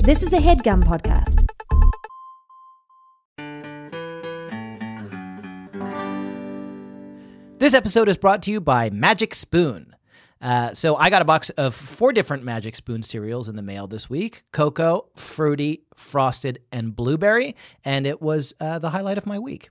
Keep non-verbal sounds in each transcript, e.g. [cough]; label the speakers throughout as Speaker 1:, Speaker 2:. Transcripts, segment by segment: Speaker 1: This is a headgum podcast.
Speaker 2: This episode is brought to you by Magic Spoon. Uh, so I got a box of four different Magic Spoon cereals in the mail this week: cocoa, fruity, frosted, and blueberry. And it was uh, the highlight of my week.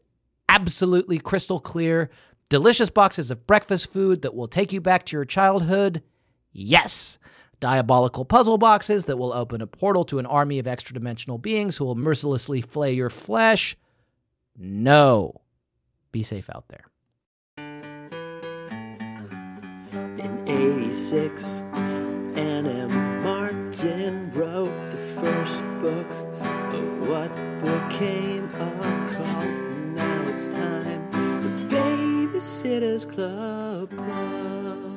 Speaker 2: absolutely crystal clear, delicious boxes of breakfast food that will take you back to your childhood. Yes. Diabolical puzzle boxes that will open a portal to an army of extra dimensional beings who will mercilessly flay your flesh. No. Be safe out there.
Speaker 3: In 86, Anna Martin wrote the first book of what became a cult. Now it's time for Babysitter's Club. Club.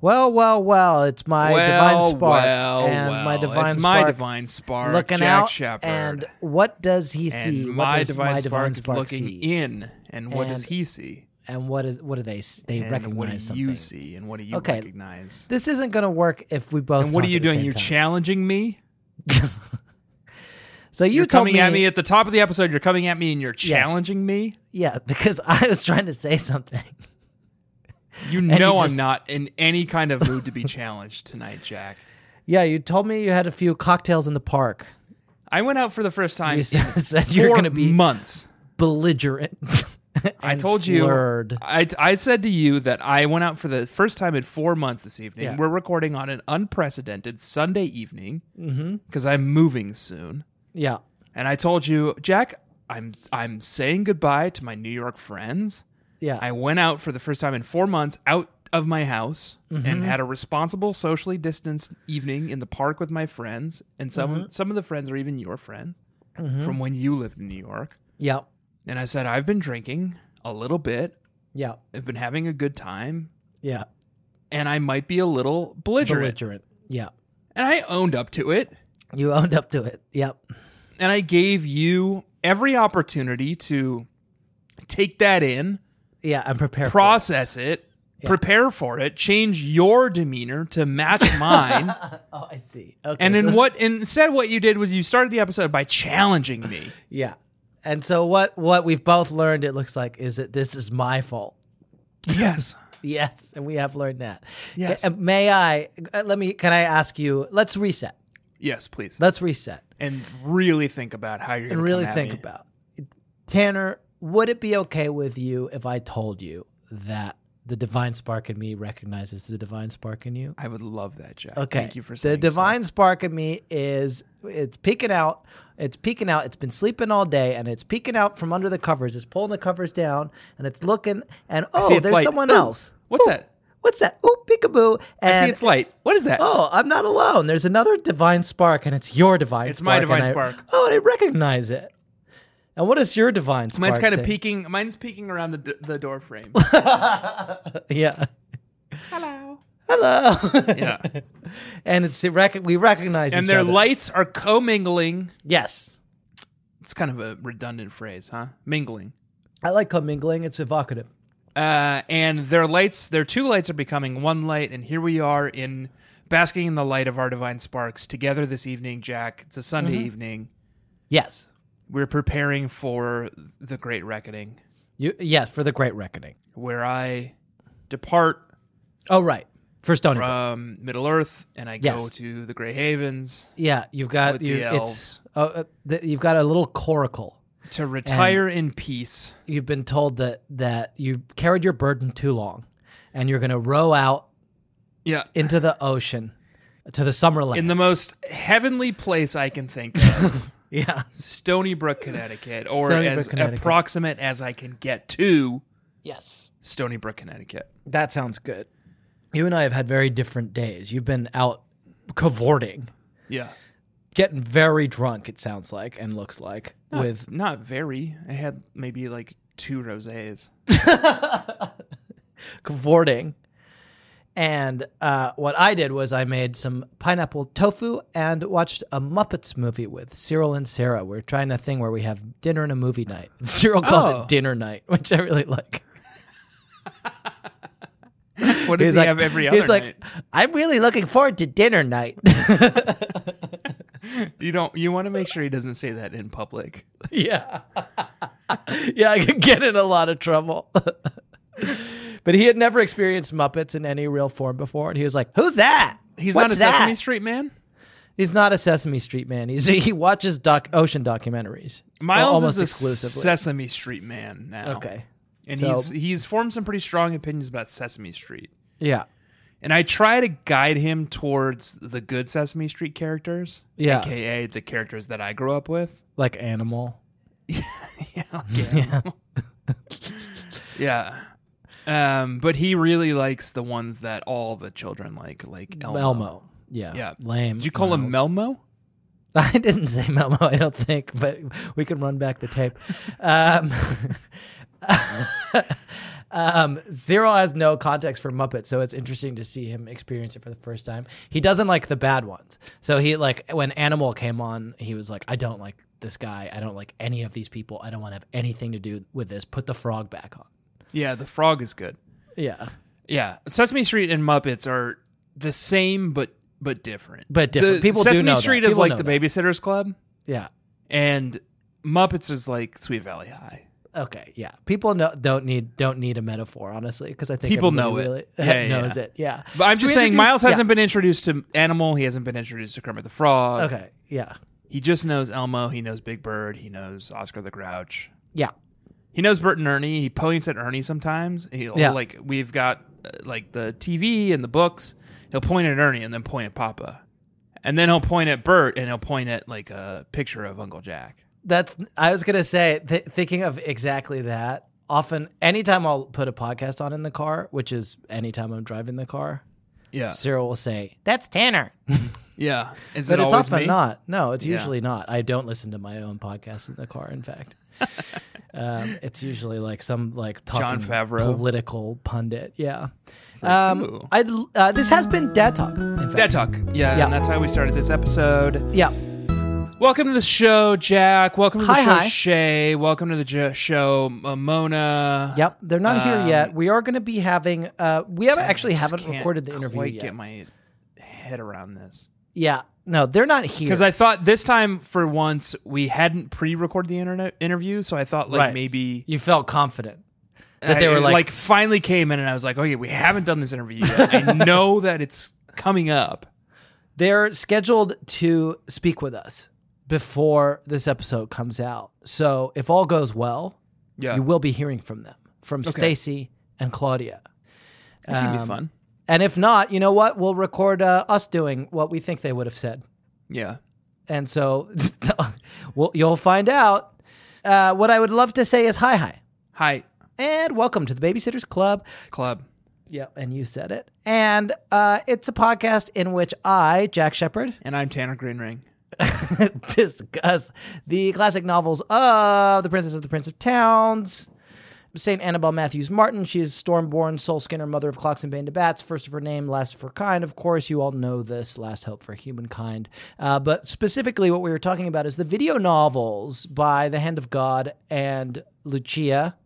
Speaker 2: Well, well, well, it's my divine spark. and my divine
Speaker 4: it's
Speaker 2: spark
Speaker 4: my divine spark.
Speaker 2: looking
Speaker 4: Jack
Speaker 2: out.
Speaker 4: Shepard.
Speaker 2: And what does he see?
Speaker 4: And
Speaker 2: what
Speaker 4: my
Speaker 2: does
Speaker 4: divine
Speaker 2: my divine
Speaker 4: spark,
Speaker 2: spark
Speaker 4: is looking
Speaker 2: see?
Speaker 4: in. And what does
Speaker 2: And
Speaker 4: he see?
Speaker 2: And what is what do they s- they
Speaker 4: and
Speaker 2: recognize
Speaker 4: what do
Speaker 2: something?
Speaker 4: you see? And what do you
Speaker 2: Okay.
Speaker 4: recognize?
Speaker 2: This isn't going to work if we both.
Speaker 4: And what are
Speaker 2: talk
Speaker 4: you
Speaker 2: at the
Speaker 4: doing?
Speaker 2: same
Speaker 4: You're
Speaker 2: time.
Speaker 4: challenging me.
Speaker 2: So you
Speaker 4: are
Speaker 2: told
Speaker 4: coming
Speaker 2: me,
Speaker 4: at me at the top of the episode. You're coming at me and you're
Speaker 2: Yes.
Speaker 4: challenging me.
Speaker 2: [laughs] yeah, because I was trying to say something. [laughs]
Speaker 4: You
Speaker 2: you
Speaker 4: know
Speaker 2: just-
Speaker 4: I'm not in any kind of mood
Speaker 2: [laughs]
Speaker 4: to be challenged tonight, Jack.
Speaker 2: Yeah, you told me you had a few cocktails in the park.
Speaker 4: I went out for the first time
Speaker 2: You
Speaker 4: in
Speaker 2: said [laughs] you're
Speaker 4: four
Speaker 2: going to be
Speaker 4: months.
Speaker 2: belligerent. [laughs]
Speaker 4: I
Speaker 2: and
Speaker 4: told you.
Speaker 2: slurred.
Speaker 4: I, I said to you that I went out for the first time in four months this evening.
Speaker 2: Yeah.
Speaker 4: We're recording on an unprecedented Sunday evening
Speaker 2: Mm-hmm.
Speaker 4: because I'm moving soon.
Speaker 2: Yeah,
Speaker 4: And I told you, Jack, I'm I'm saying goodbye to my New York friends.
Speaker 2: yeah.
Speaker 4: I went out for the first time in four months out of my house
Speaker 2: Mm-hmm.
Speaker 4: and had a responsible, socially distanced evening in the park with my friends. And some
Speaker 2: Mm-hmm.
Speaker 4: some of the friends are even your friends from when you lived in New York.
Speaker 2: yeah,
Speaker 4: And I said, I've been drinking a little bit.
Speaker 2: yeah,
Speaker 4: I've been having a good time,
Speaker 2: yeah.
Speaker 4: and I might be a little belligerent.
Speaker 2: Belligerent. Yeah,
Speaker 4: And I owned up to it,
Speaker 2: you owned up to it. Yep.
Speaker 4: and I gave you every opportunity to take that in,
Speaker 2: Yeah, I'm prepared. for it.
Speaker 4: process it, prepare for it, change your demeanor to
Speaker 2: [laughs]
Speaker 4: match mine.
Speaker 2: [laughs] Oh, I see. Okay.
Speaker 4: and
Speaker 2: so-
Speaker 4: then what? Instead, what you did was you started the episode by challenging me.
Speaker 2: [laughs] Yeah. And so what? What we've both learned, it looks like, is that this is my fault.
Speaker 4: yes.
Speaker 2: [laughs] Yes, and we have learned that.
Speaker 4: Yes.
Speaker 2: Uh, May I? uh, Let me. Can I ask you? Let's reset.
Speaker 4: Yes, please.
Speaker 2: Let's reset
Speaker 4: And really think about how you're
Speaker 2: and
Speaker 4: gonna
Speaker 2: really
Speaker 4: come at
Speaker 2: think
Speaker 4: me.
Speaker 2: about Tanner. Would it be okay with you if I told you that the divine spark in me recognizes the divine spark in you?
Speaker 4: I would love that, Jack.
Speaker 2: Okay.
Speaker 4: Thank you for
Speaker 2: the
Speaker 4: saying so.
Speaker 2: divine spark in me is it's peeking out. It's peeking out. It's been sleeping all day, and it's peeking out from under the covers. It's pulling the covers down, and it's looking. And oh,
Speaker 4: see it's
Speaker 2: there's
Speaker 4: light.
Speaker 2: someone
Speaker 4: Ooh,
Speaker 2: else.
Speaker 4: what's
Speaker 2: Ooh,
Speaker 4: that?
Speaker 2: What's that? Ooh, peekaboo! And
Speaker 4: See, it's light. What is that?
Speaker 2: Oh, I'm not alone. There's another divine spark, and it's your divine.
Speaker 4: It's my
Speaker 2: spark,
Speaker 4: divine
Speaker 2: and I-
Speaker 4: spark.
Speaker 2: oh, and I recognize it. And what is your divine spark?
Speaker 4: Mine's kind of
Speaker 2: say?
Speaker 4: peeking. Mine's peeking around the d- the door frame.
Speaker 2: [laughs] yeah.
Speaker 4: Hello.
Speaker 2: Hello.
Speaker 4: [laughs] Yeah.
Speaker 2: [laughs] and it's it rec- we recognize
Speaker 4: and
Speaker 2: each
Speaker 4: their
Speaker 2: other.
Speaker 4: lights are commingling.
Speaker 2: Yes.
Speaker 4: It's kind of a redundant phrase, huh? Mingling.
Speaker 2: I like commingling. It's evocative.
Speaker 4: Uh, and their lights, their two lights are becoming one light, and here we are in basking in the light of our divine sparks together this evening, Jack. It's a Sunday
Speaker 2: Mm-hmm.
Speaker 4: evening.
Speaker 2: Yes.
Speaker 4: We're preparing for the great reckoning,
Speaker 2: You, yes, for the Great Reckoning.
Speaker 4: where I depart
Speaker 2: Oh, right. For Stony Brook.
Speaker 4: from Middle Earth and I go
Speaker 2: Yes.
Speaker 4: to the Grey Havens
Speaker 2: Yeah, you've got
Speaker 4: with
Speaker 2: you,
Speaker 4: the
Speaker 2: it's
Speaker 4: elves.
Speaker 2: oh, uh, th- you've got a little coracle.
Speaker 4: to retire in peace.
Speaker 2: You've been told that that you carried your burden too long, and you're going to row out
Speaker 4: Yeah.
Speaker 2: into the ocean to the Summerland.
Speaker 4: In the most heavenly place I can think of,
Speaker 2: [laughs] yeah,
Speaker 4: Stony Brook, Connecticut, or
Speaker 2: Stony Brook,
Speaker 4: as
Speaker 2: Connecticut.
Speaker 4: approximate as I can get to
Speaker 2: yes,
Speaker 4: Stony Brook, Connecticut.
Speaker 2: that sounds good. You and I have had very different days. You've been out cavorting,
Speaker 4: Yeah.
Speaker 2: getting very drunk. It sounds like and looks like with
Speaker 4: Not very. I had maybe like two rosés.
Speaker 2: cavorting. And uh, what I did was I made some pineapple tofu and watched a Muppets movie with Cyril and Sarah. We're trying a thing where we have dinner and a movie night. [laughs] Cyril calls
Speaker 4: Oh.
Speaker 2: it dinner night, [laughs] which I really like.
Speaker 4: What does he
Speaker 2: like,
Speaker 4: have every other
Speaker 2: he's like,
Speaker 4: night?
Speaker 2: I'm really looking forward to dinner night.
Speaker 4: You don't. You want to make sure he doesn't say that in public.
Speaker 2: yeah. [laughs] yeah, I could get in a lot of trouble. [laughs] but he had never experienced Muppets in any real form before. And he was like, Who's that?
Speaker 4: He's
Speaker 2: What's
Speaker 4: not a
Speaker 2: that?
Speaker 4: Sesame Street man.
Speaker 2: He's not a Sesame Street man. He's he watches doc ocean documentaries.
Speaker 4: Miles
Speaker 2: almost
Speaker 4: is a
Speaker 2: exclusively.
Speaker 4: Sesame Street man now.
Speaker 2: okay.
Speaker 4: and
Speaker 2: so-
Speaker 4: he's he's formed some pretty strong opinions about Sesame Street.
Speaker 2: Yeah.
Speaker 4: And I try to guide him towards the good Sesame Street characters,
Speaker 2: Yeah.
Speaker 4: aka the characters that I grew up with. [laughs]
Speaker 2: Like animal.
Speaker 4: yeah, [laughs] yeah. Um, but he really likes the ones that all the children like, like Elmo.
Speaker 2: Elmo. Yeah.
Speaker 4: Yeah.
Speaker 2: Lame.
Speaker 4: Did you call him
Speaker 2: Miles.
Speaker 4: Melmo?
Speaker 2: [laughs] I didn't say Melmo, I don't think, but we can run back the tape. Um, [laughs] um, Zero has no context for Muppets, so it's interesting to see him experience it for the first time. He doesn't like the bad ones. So he, like, when Animal came on, he was like, I don't like this guy. I don't like any of these people. I don't want to have anything to do with this. Put the frog back on.
Speaker 4: Yeah, the frog is good.
Speaker 2: Yeah.
Speaker 4: Yeah, Sesame Street and Muppets are the same, but but different.
Speaker 2: But different.
Speaker 4: The-
Speaker 2: People do
Speaker 4: Sesame
Speaker 2: know that.
Speaker 4: Street is
Speaker 2: People
Speaker 4: like
Speaker 2: know
Speaker 4: the
Speaker 2: that.
Speaker 4: Babysitters Club,
Speaker 2: Yeah.
Speaker 4: and Muppets is like Sweet Valley High.
Speaker 2: Okay, yeah. People know, don't need don't need a metaphor, honestly, because I think
Speaker 4: People
Speaker 2: everybody
Speaker 4: know it.
Speaker 2: really [laughs]
Speaker 4: Yeah, yeah,
Speaker 2: knows
Speaker 4: yeah.
Speaker 2: it. Yeah,
Speaker 4: But I'm
Speaker 2: Should
Speaker 4: just
Speaker 2: we
Speaker 4: saying,
Speaker 2: introduce-
Speaker 4: Miles
Speaker 2: yeah.
Speaker 4: hasn't been introduced to Animal. He hasn't been introduced to Kermit the Frog.
Speaker 2: Okay, yeah,
Speaker 4: He just knows Elmo. He knows Big Bird. He knows Oscar the Grouch.
Speaker 2: yeah,
Speaker 4: He knows Bert and Ernie. He points at Ernie sometimes. He'll
Speaker 2: Yeah.
Speaker 4: like we've got uh, like the TV and the books. He'll point at Ernie and then point at Papa, and then he'll point at Bert and he'll point at like a picture of Uncle Jack.
Speaker 2: That's I was gonna say. Th- thinking of exactly that. Often, anytime I'll put a podcast on in the car, which is anytime I'm driving the car,
Speaker 4: Yeah,
Speaker 2: Cyril will say, "That's Tanner,"
Speaker 4: yeah. Is
Speaker 2: but
Speaker 4: it
Speaker 2: it's
Speaker 4: always
Speaker 2: often
Speaker 4: me?
Speaker 2: not. No, it's
Speaker 4: Yeah.
Speaker 2: usually not. I don't listen to my own podcast in the car. In
Speaker 4: [laughs]
Speaker 2: fact, um, it's usually like some like
Speaker 4: Jon
Speaker 2: talking
Speaker 4: Favreau.
Speaker 2: political pundit. Yeah.
Speaker 4: like,
Speaker 2: um,
Speaker 4: ooh.
Speaker 2: I'd, l- uh, this has been Dad Talk. In fact.
Speaker 4: Dad talk. Yeah,
Speaker 2: Yeah.
Speaker 4: and that's how we started this episode.
Speaker 2: Yeah.
Speaker 4: Welcome to the show, Jack. Welcome to the
Speaker 2: Hi,
Speaker 4: show,
Speaker 2: hi.
Speaker 4: Shay. Welcome to the jo- show, uh, Mona.
Speaker 2: Yep. They're not here
Speaker 4: Um,
Speaker 2: yet. We are going to be having. Uh, we haven't
Speaker 4: I
Speaker 2: actually
Speaker 4: just
Speaker 2: haven't
Speaker 4: can't
Speaker 2: recorded the interview
Speaker 4: quite
Speaker 2: yet.
Speaker 4: Get my head around this
Speaker 2: yeah. No, they're not here.
Speaker 4: because I thought this time for once we hadn't pre-recorded the internet interview, so I thought like
Speaker 2: Right.
Speaker 4: maybe
Speaker 2: you felt confident that
Speaker 4: I-
Speaker 2: they were
Speaker 4: it,
Speaker 2: like,
Speaker 4: finally came in and I was like, oh yeah, we haven't done this interview yet.
Speaker 2: [laughs]
Speaker 4: I know that it's coming up.
Speaker 2: they're scheduled to speak with us before this episode comes out. So if all goes well,
Speaker 4: Yeah,
Speaker 2: you will be hearing from them, from Stacy and Claudia.
Speaker 4: it's gonna
Speaker 2: um,
Speaker 4: be fun.
Speaker 2: And if not, you know what? We'll record uh, us doing what we think they would have said.
Speaker 4: Yeah,
Speaker 2: And so [laughs] well, you'll find out. Uh, what I would love to say is hi, hi.
Speaker 4: Hi,
Speaker 2: And welcome to the Babysitters Club.
Speaker 4: club.
Speaker 2: Yep, and you said it. And uh, it's a podcast in which I, Jack Shepard,
Speaker 4: And I'm Tanner Greenring.
Speaker 2: [laughs] discuss the classic novels of The Princess of the Prince of Towns, St. Annabel Matthews Martin. She is Stormborn, Soul Skinner, mother of clocks and bane to bats, first of her name, last of her kind. Of course, you all know this, last hope for humankind. Uh, but specifically, what we were talking about is the video novels by The Hand of God and Lucia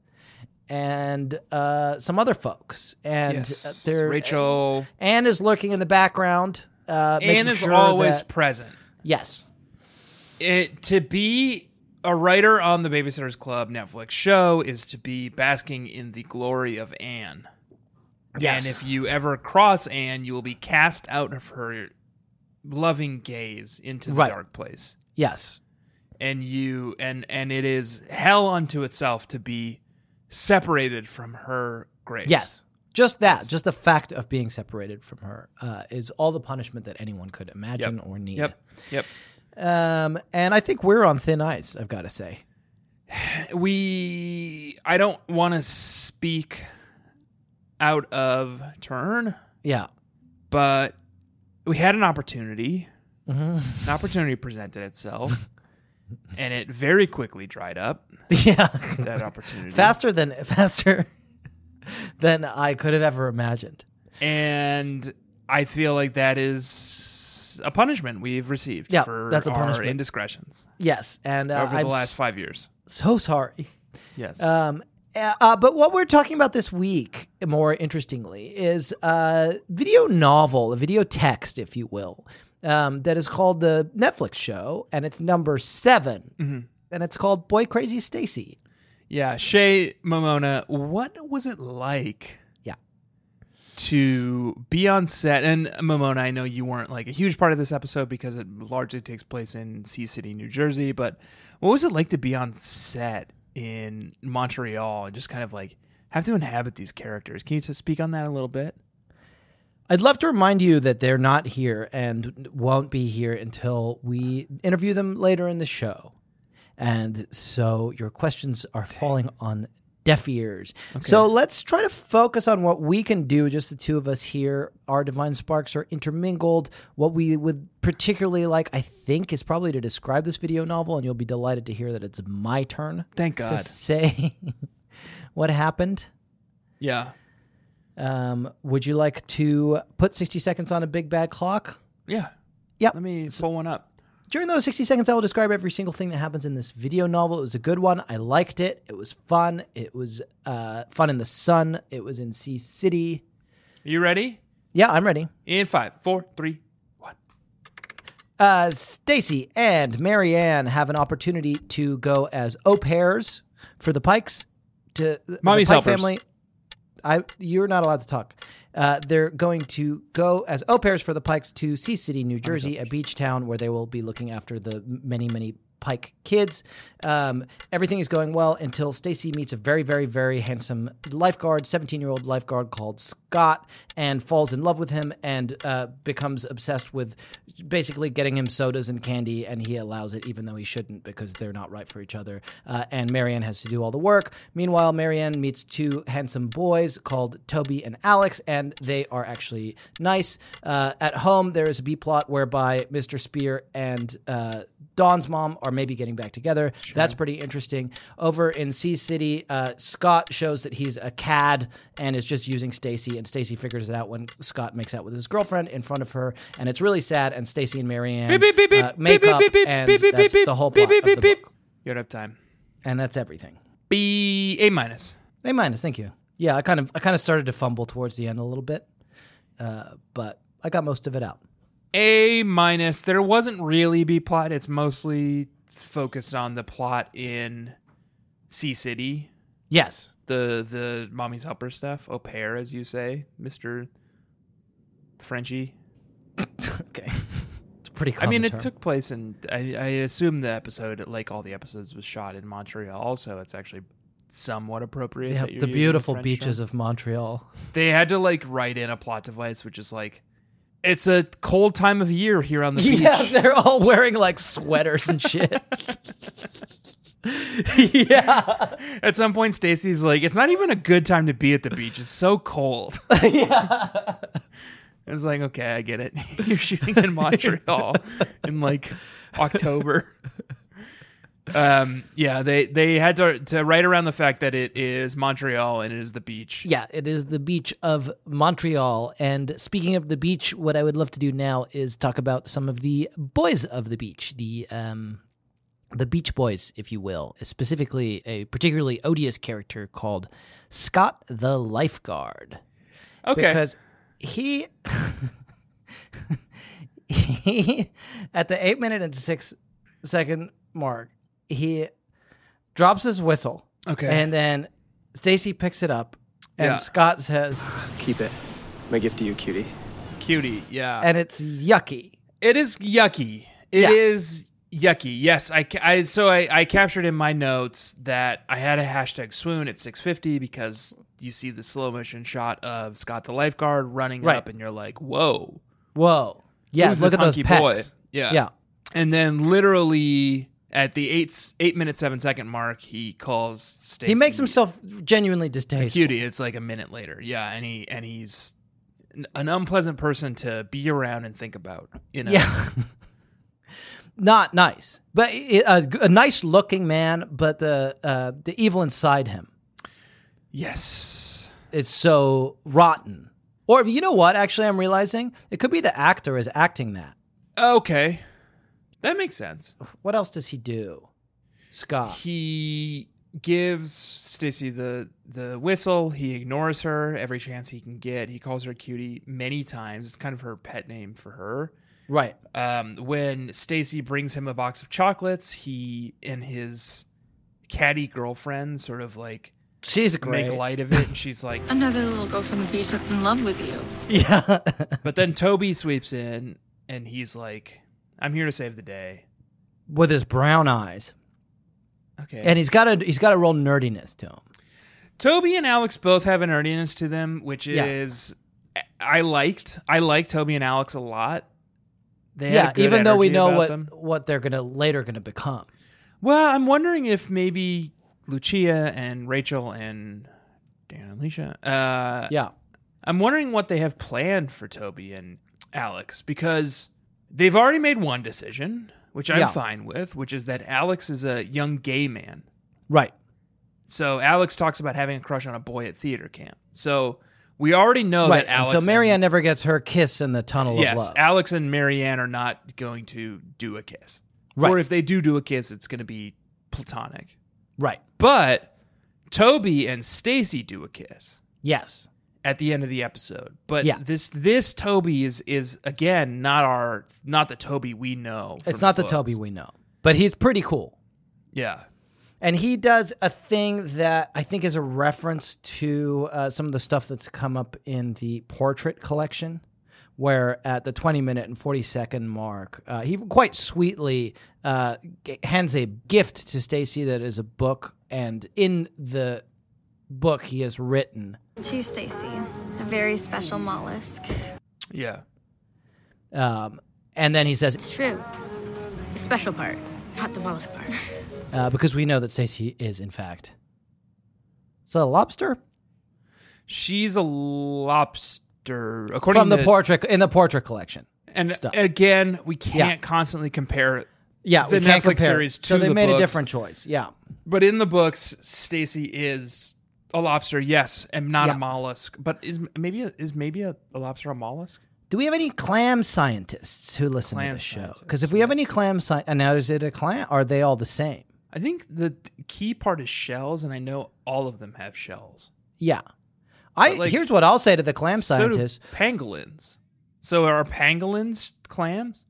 Speaker 2: and uh, some other folks. And uh,
Speaker 4: Yes,
Speaker 2: they're-
Speaker 4: Rachel.
Speaker 2: Anne is lurking in the background. Uh, making
Speaker 4: Anne is
Speaker 2: sure
Speaker 4: always
Speaker 2: that-
Speaker 4: present.
Speaker 2: yes.
Speaker 4: It, to be a writer on the Babysitters Club Netflix show is to be basking in the glory of Anne.
Speaker 2: Yes.
Speaker 4: And if you ever cross Anne, you will be cast out of her loving gaze into the
Speaker 2: Right.
Speaker 4: dark place.
Speaker 2: Yes.
Speaker 4: And you and and it is hell unto itself to be separated from her grace.
Speaker 2: Yes. Just that, just the fact of being separated from her uh, is all the punishment that anyone could imagine
Speaker 4: Yep.
Speaker 2: or need.
Speaker 4: Yep. Yep.
Speaker 2: Um, and I think we're on thin ice, I've got to say.
Speaker 4: We I don't want to speak out of turn.
Speaker 2: Yeah. [laughs]
Speaker 4: but we had an opportunity.
Speaker 2: Mhm.
Speaker 4: An opportunity
Speaker 2: [laughs]
Speaker 4: presented itself, and it very quickly dried up.
Speaker 2: [laughs] Yeah.
Speaker 4: That opportunity
Speaker 2: faster than [laughs] faster than I could have ever imagined.
Speaker 4: and I feel like that is a punishment we've received
Speaker 2: Yeah,
Speaker 4: for
Speaker 2: that's a
Speaker 4: our
Speaker 2: punishment.
Speaker 4: indiscretions
Speaker 2: Yes, and uh,
Speaker 4: over the
Speaker 2: I'm
Speaker 4: last
Speaker 2: s-
Speaker 4: five years.
Speaker 2: so sorry.
Speaker 4: Yes,
Speaker 2: Um, uh, uh, but what we're talking about this week, more interestingly, is a video novel, a video text, if you will, um, that is called the Netflix show, and it's number 7 and it's called Boy Crazy Stacy.
Speaker 4: yeah. Shay Mamona, what was it like?
Speaker 2: Yeah.
Speaker 4: To be on set, and Mamona, I know you weren't like a huge part of this episode because it largely takes place in Sea City, New Jersey. But what was it like to be on set in Montreal and just kind of like have to inhabit these characters? Can you just speak on that a little bit?
Speaker 2: I'd love to remind you that they're not here and won't be here until we interview them later in the show. And so your questions are falling on deaf ears. So let's try to focus on what we can do, just the two of us here. Our divine sparks are intermingled. What we would particularly like, I think, is probably to describe this video novel, and you'll be delighted to hear that it's my turn
Speaker 4: Thank
Speaker 2: to
Speaker 4: God.
Speaker 2: say [laughs] what happened.
Speaker 4: Yeah.
Speaker 2: Um, would you like to put 60 seconds on a big bad clock?
Speaker 4: Yeah.
Speaker 2: Yep.
Speaker 4: Let me pull one up.
Speaker 2: During those 60 seconds, I will describe every single thing that happens in this video novel. It was a good one. I liked it. It was fun. It was uh, fun in the sun. It was in Sea City.
Speaker 4: Are you ready?
Speaker 2: Yeah, I'm ready.
Speaker 4: In five, four, three, one.
Speaker 2: Uh, Stacy and Marianne have an opportunity to go as au pairs for the Pikes to the
Speaker 4: Mommy's
Speaker 2: Pike
Speaker 4: helpers.
Speaker 2: family. I you're not allowed to talk. Uh, they're going to go as au pairs for the Pikes to Sea City, New Jersey, a beach town where they will be looking after the many many Pike kids. Um, everything is going well until Stacy meets a very very very handsome lifeguard, 17 year old lifeguard called Scott, and falls in love with him and uh, becomes obsessed with basically getting him sodas and candy, and he allows it even though he shouldn't because they're not right for each other. Uh, and Marianne has to do all the work. Meanwhile, Marianne meets two handsome boys called Toby and Alex, and they are actually nice. Uh, at home, there is a B plot whereby Mr. Spear and uh, Dawn's mom are maybe getting back together. That's pretty interesting. Over in Sea City, uh, Scott shows that he's a cad and is just using Stacy, and Stacy figures it out when Scott makes out with his girlfriend in front of her, and it's really sad. And Stacy and Marianne
Speaker 4: Beep, beep, beep, beep,
Speaker 2: uh,
Speaker 4: beep,
Speaker 2: make
Speaker 4: beep,
Speaker 2: up,
Speaker 4: beep, beep,
Speaker 2: and
Speaker 4: beep, beep,
Speaker 2: that's
Speaker 4: beep,
Speaker 2: the whole plot
Speaker 4: beep, beep,
Speaker 2: of the
Speaker 4: beep, beep.
Speaker 2: book.
Speaker 4: You don't have time.
Speaker 2: and that's everything.
Speaker 4: B A minus.
Speaker 2: A minus, thank you. Yeah, I kind of I kind of started to fumble towards the end a little bit, uh, but I got most of it out.
Speaker 4: A minus. There wasn't really B plot. It's mostly focused on the plot in Sea City,
Speaker 2: Yes,
Speaker 4: the the mommy's helper stuff, au pair, as you say, Mister Frenchie.
Speaker 2: [laughs] okay, it's a pretty.
Speaker 4: I
Speaker 2: Common
Speaker 4: mean, it
Speaker 2: term.
Speaker 4: took place in. I, I assume the episode, like all the episodes, was shot in Montreal. So it's actually somewhat appropriate.
Speaker 2: Yeah,
Speaker 4: that you're
Speaker 2: the
Speaker 4: using a
Speaker 2: beautiful
Speaker 4: French [laughs]
Speaker 2: beaches
Speaker 4: term.
Speaker 2: of Montreal.
Speaker 4: they had to like write in a plot device, which is like It's a cold time of year here on the
Speaker 2: [laughs]
Speaker 4: beach.
Speaker 2: Yeah, they're all wearing like sweaters
Speaker 4: [laughs]
Speaker 2: and shit. [laughs] yeah.
Speaker 4: At some point, Stacy's like, "It's not even a good time to be at the beach. It's so cold."
Speaker 2: [laughs] yeah.
Speaker 4: I was like, "Okay, I get it. [laughs] You're shooting in Montreal in like October." Um, yeah, they they had to to write around the fact that it is Montreal and it is the beach.
Speaker 2: Yeah, it is the beach of Montreal. And speaking of the beach, what I would love to do now is talk about some of the boys of the beach, the um the Beach Boys, if you will, specifically a particularly odious character called Scott the Lifeguard.
Speaker 4: Okay.
Speaker 2: because he [laughs] he at the eight minute and six second mark he drops his whistle
Speaker 4: okay.
Speaker 2: and then stacy picks it up and
Speaker 4: Yeah.
Speaker 2: scott says
Speaker 3: Keep it. My gift to you, cutie.
Speaker 4: cutie. Yeah.
Speaker 2: and it's yucky
Speaker 4: It is yucky. It
Speaker 2: Yeah.
Speaker 4: is yucky. Yes, I, ca- I so I, I captured in my notes that I had a hashtag swoon at 650 because you see the slow motion shot of Scott the lifeguard running
Speaker 2: Right.
Speaker 4: up and you're like, whoa,
Speaker 2: whoa yeah
Speaker 4: who's
Speaker 2: look
Speaker 4: this
Speaker 2: at those
Speaker 4: hunky
Speaker 2: pecs.
Speaker 4: boy? Yeah,
Speaker 2: yeah
Speaker 4: And then literally at the eight s- eight minute seven second mark, he calls Stacy.
Speaker 2: he makes himself genuinely
Speaker 4: a
Speaker 2: distasteful
Speaker 4: cutie. It's like a minute later. Yeah, and he and he's an- an unpleasant person to be around and think about. You
Speaker 2: [laughs]
Speaker 4: know.
Speaker 2: yeah not nice but i- a, a nice looking man but the uh, the evil inside him
Speaker 4: Yes.
Speaker 2: it's so rotten. Or you know what? Actually, I'm realizing it could be the actor is acting that.
Speaker 4: Okay. That makes sense.
Speaker 2: What else does he do, Scott?
Speaker 4: He gives Stacy the the whistle. He ignores her every chance he can get. He calls her cutie many times. It's kind of her pet name for her.
Speaker 2: Right.
Speaker 4: Um, when Stacy brings him a box of chocolates, he and his catty girlfriend sort of like
Speaker 2: She's great.
Speaker 4: make light of it, and she's like. [laughs]
Speaker 5: Another little girl from the beach that's in love with you.
Speaker 2: [laughs] Yeah.
Speaker 4: But then Toby sweeps in, and he's like, "I'm here to save the day."
Speaker 2: With his brown eyes,
Speaker 4: Okay.
Speaker 2: and he's got a he's got a real nerdiness to him.
Speaker 4: Toby and Alex both have an earniness to them, which
Speaker 2: Yeah.
Speaker 4: is I liked. I like Toby and Alex a lot. They had
Speaker 2: yeah.
Speaker 4: a good
Speaker 2: Even though we
Speaker 4: energy
Speaker 2: know
Speaker 4: about
Speaker 2: what
Speaker 4: them.
Speaker 2: what they're gonna later gonna become.
Speaker 4: Well, I'm wondering if maybe Lucia and Rachel and Dan and Alicia. Uh,
Speaker 2: Yeah.
Speaker 4: I'm wondering what they have planned for Toby and Alex because they've already made one decision, which I'm
Speaker 2: Yeah.
Speaker 4: fine with, which is that Alex is a young gay man.
Speaker 2: Right.
Speaker 4: So Alex talks about having a crush on a boy at theater camp. So we already know
Speaker 2: right.
Speaker 4: Oh, that
Speaker 2: And
Speaker 4: Alex.
Speaker 2: so Marianne never gets her kiss in the tunnel
Speaker 4: and, yes,
Speaker 2: of love.
Speaker 4: Alex and Marianne are not going to do a kiss,
Speaker 2: Right.
Speaker 4: or if they do do a kiss, it's going to be platonic.
Speaker 2: right.
Speaker 4: But Toby and Stacy do a kiss
Speaker 2: Yes.
Speaker 4: at the end of the episode. But
Speaker 2: Yeah.
Speaker 4: this this Toby is is again not our not the Toby we know. from
Speaker 2: It's not the
Speaker 4: books.
Speaker 2: Toby we know, but he's pretty cool.
Speaker 4: yeah.
Speaker 2: And he does a thing that I think is a reference to uh, some of the stuff that's come up in the portrait collection, where at the 20 minute and 40 second mark, uh, he quite sweetly uh, g- hands a gift to Stacy that is a book. And in the book, he has written,
Speaker 6: To Stacy, a very special mollusk.
Speaker 4: Yeah.
Speaker 2: um, and then he says,
Speaker 6: It's true. The special part, not the mollusk [laughs] part.
Speaker 2: uh, because we know that Stacy is, in fact, it's a lobster
Speaker 4: She's a lobster according
Speaker 2: from the
Speaker 4: to
Speaker 2: portrait in the portrait collection.
Speaker 4: And
Speaker 2: stuff.
Speaker 4: again, we can't constantly compare it.
Speaker 2: Yeah,
Speaker 4: the
Speaker 2: we can't
Speaker 4: Netflix
Speaker 2: compare.
Speaker 4: series
Speaker 2: So
Speaker 4: to
Speaker 2: they
Speaker 4: the
Speaker 2: made a
Speaker 4: books.
Speaker 2: different choice. Yeah,
Speaker 4: But in the books, Stacy is a lobster, yes, and not
Speaker 2: Yeah.
Speaker 4: a mollusk. But is maybe a, is maybe a, a lobster a mollusk?
Speaker 2: Do we have any clam scientists who listen to
Speaker 4: Clam
Speaker 2: the show? Because
Speaker 4: scientists,
Speaker 2: if we have any clam sci- and now is it a clam? Are they all the same?
Speaker 4: I think the key part is shells, and I know all of them have shells.
Speaker 2: Yeah. I
Speaker 4: But, like,
Speaker 2: here's what I'll say to the clam
Speaker 4: So do
Speaker 2: scientists.
Speaker 4: pangolins. So are pangolins clams?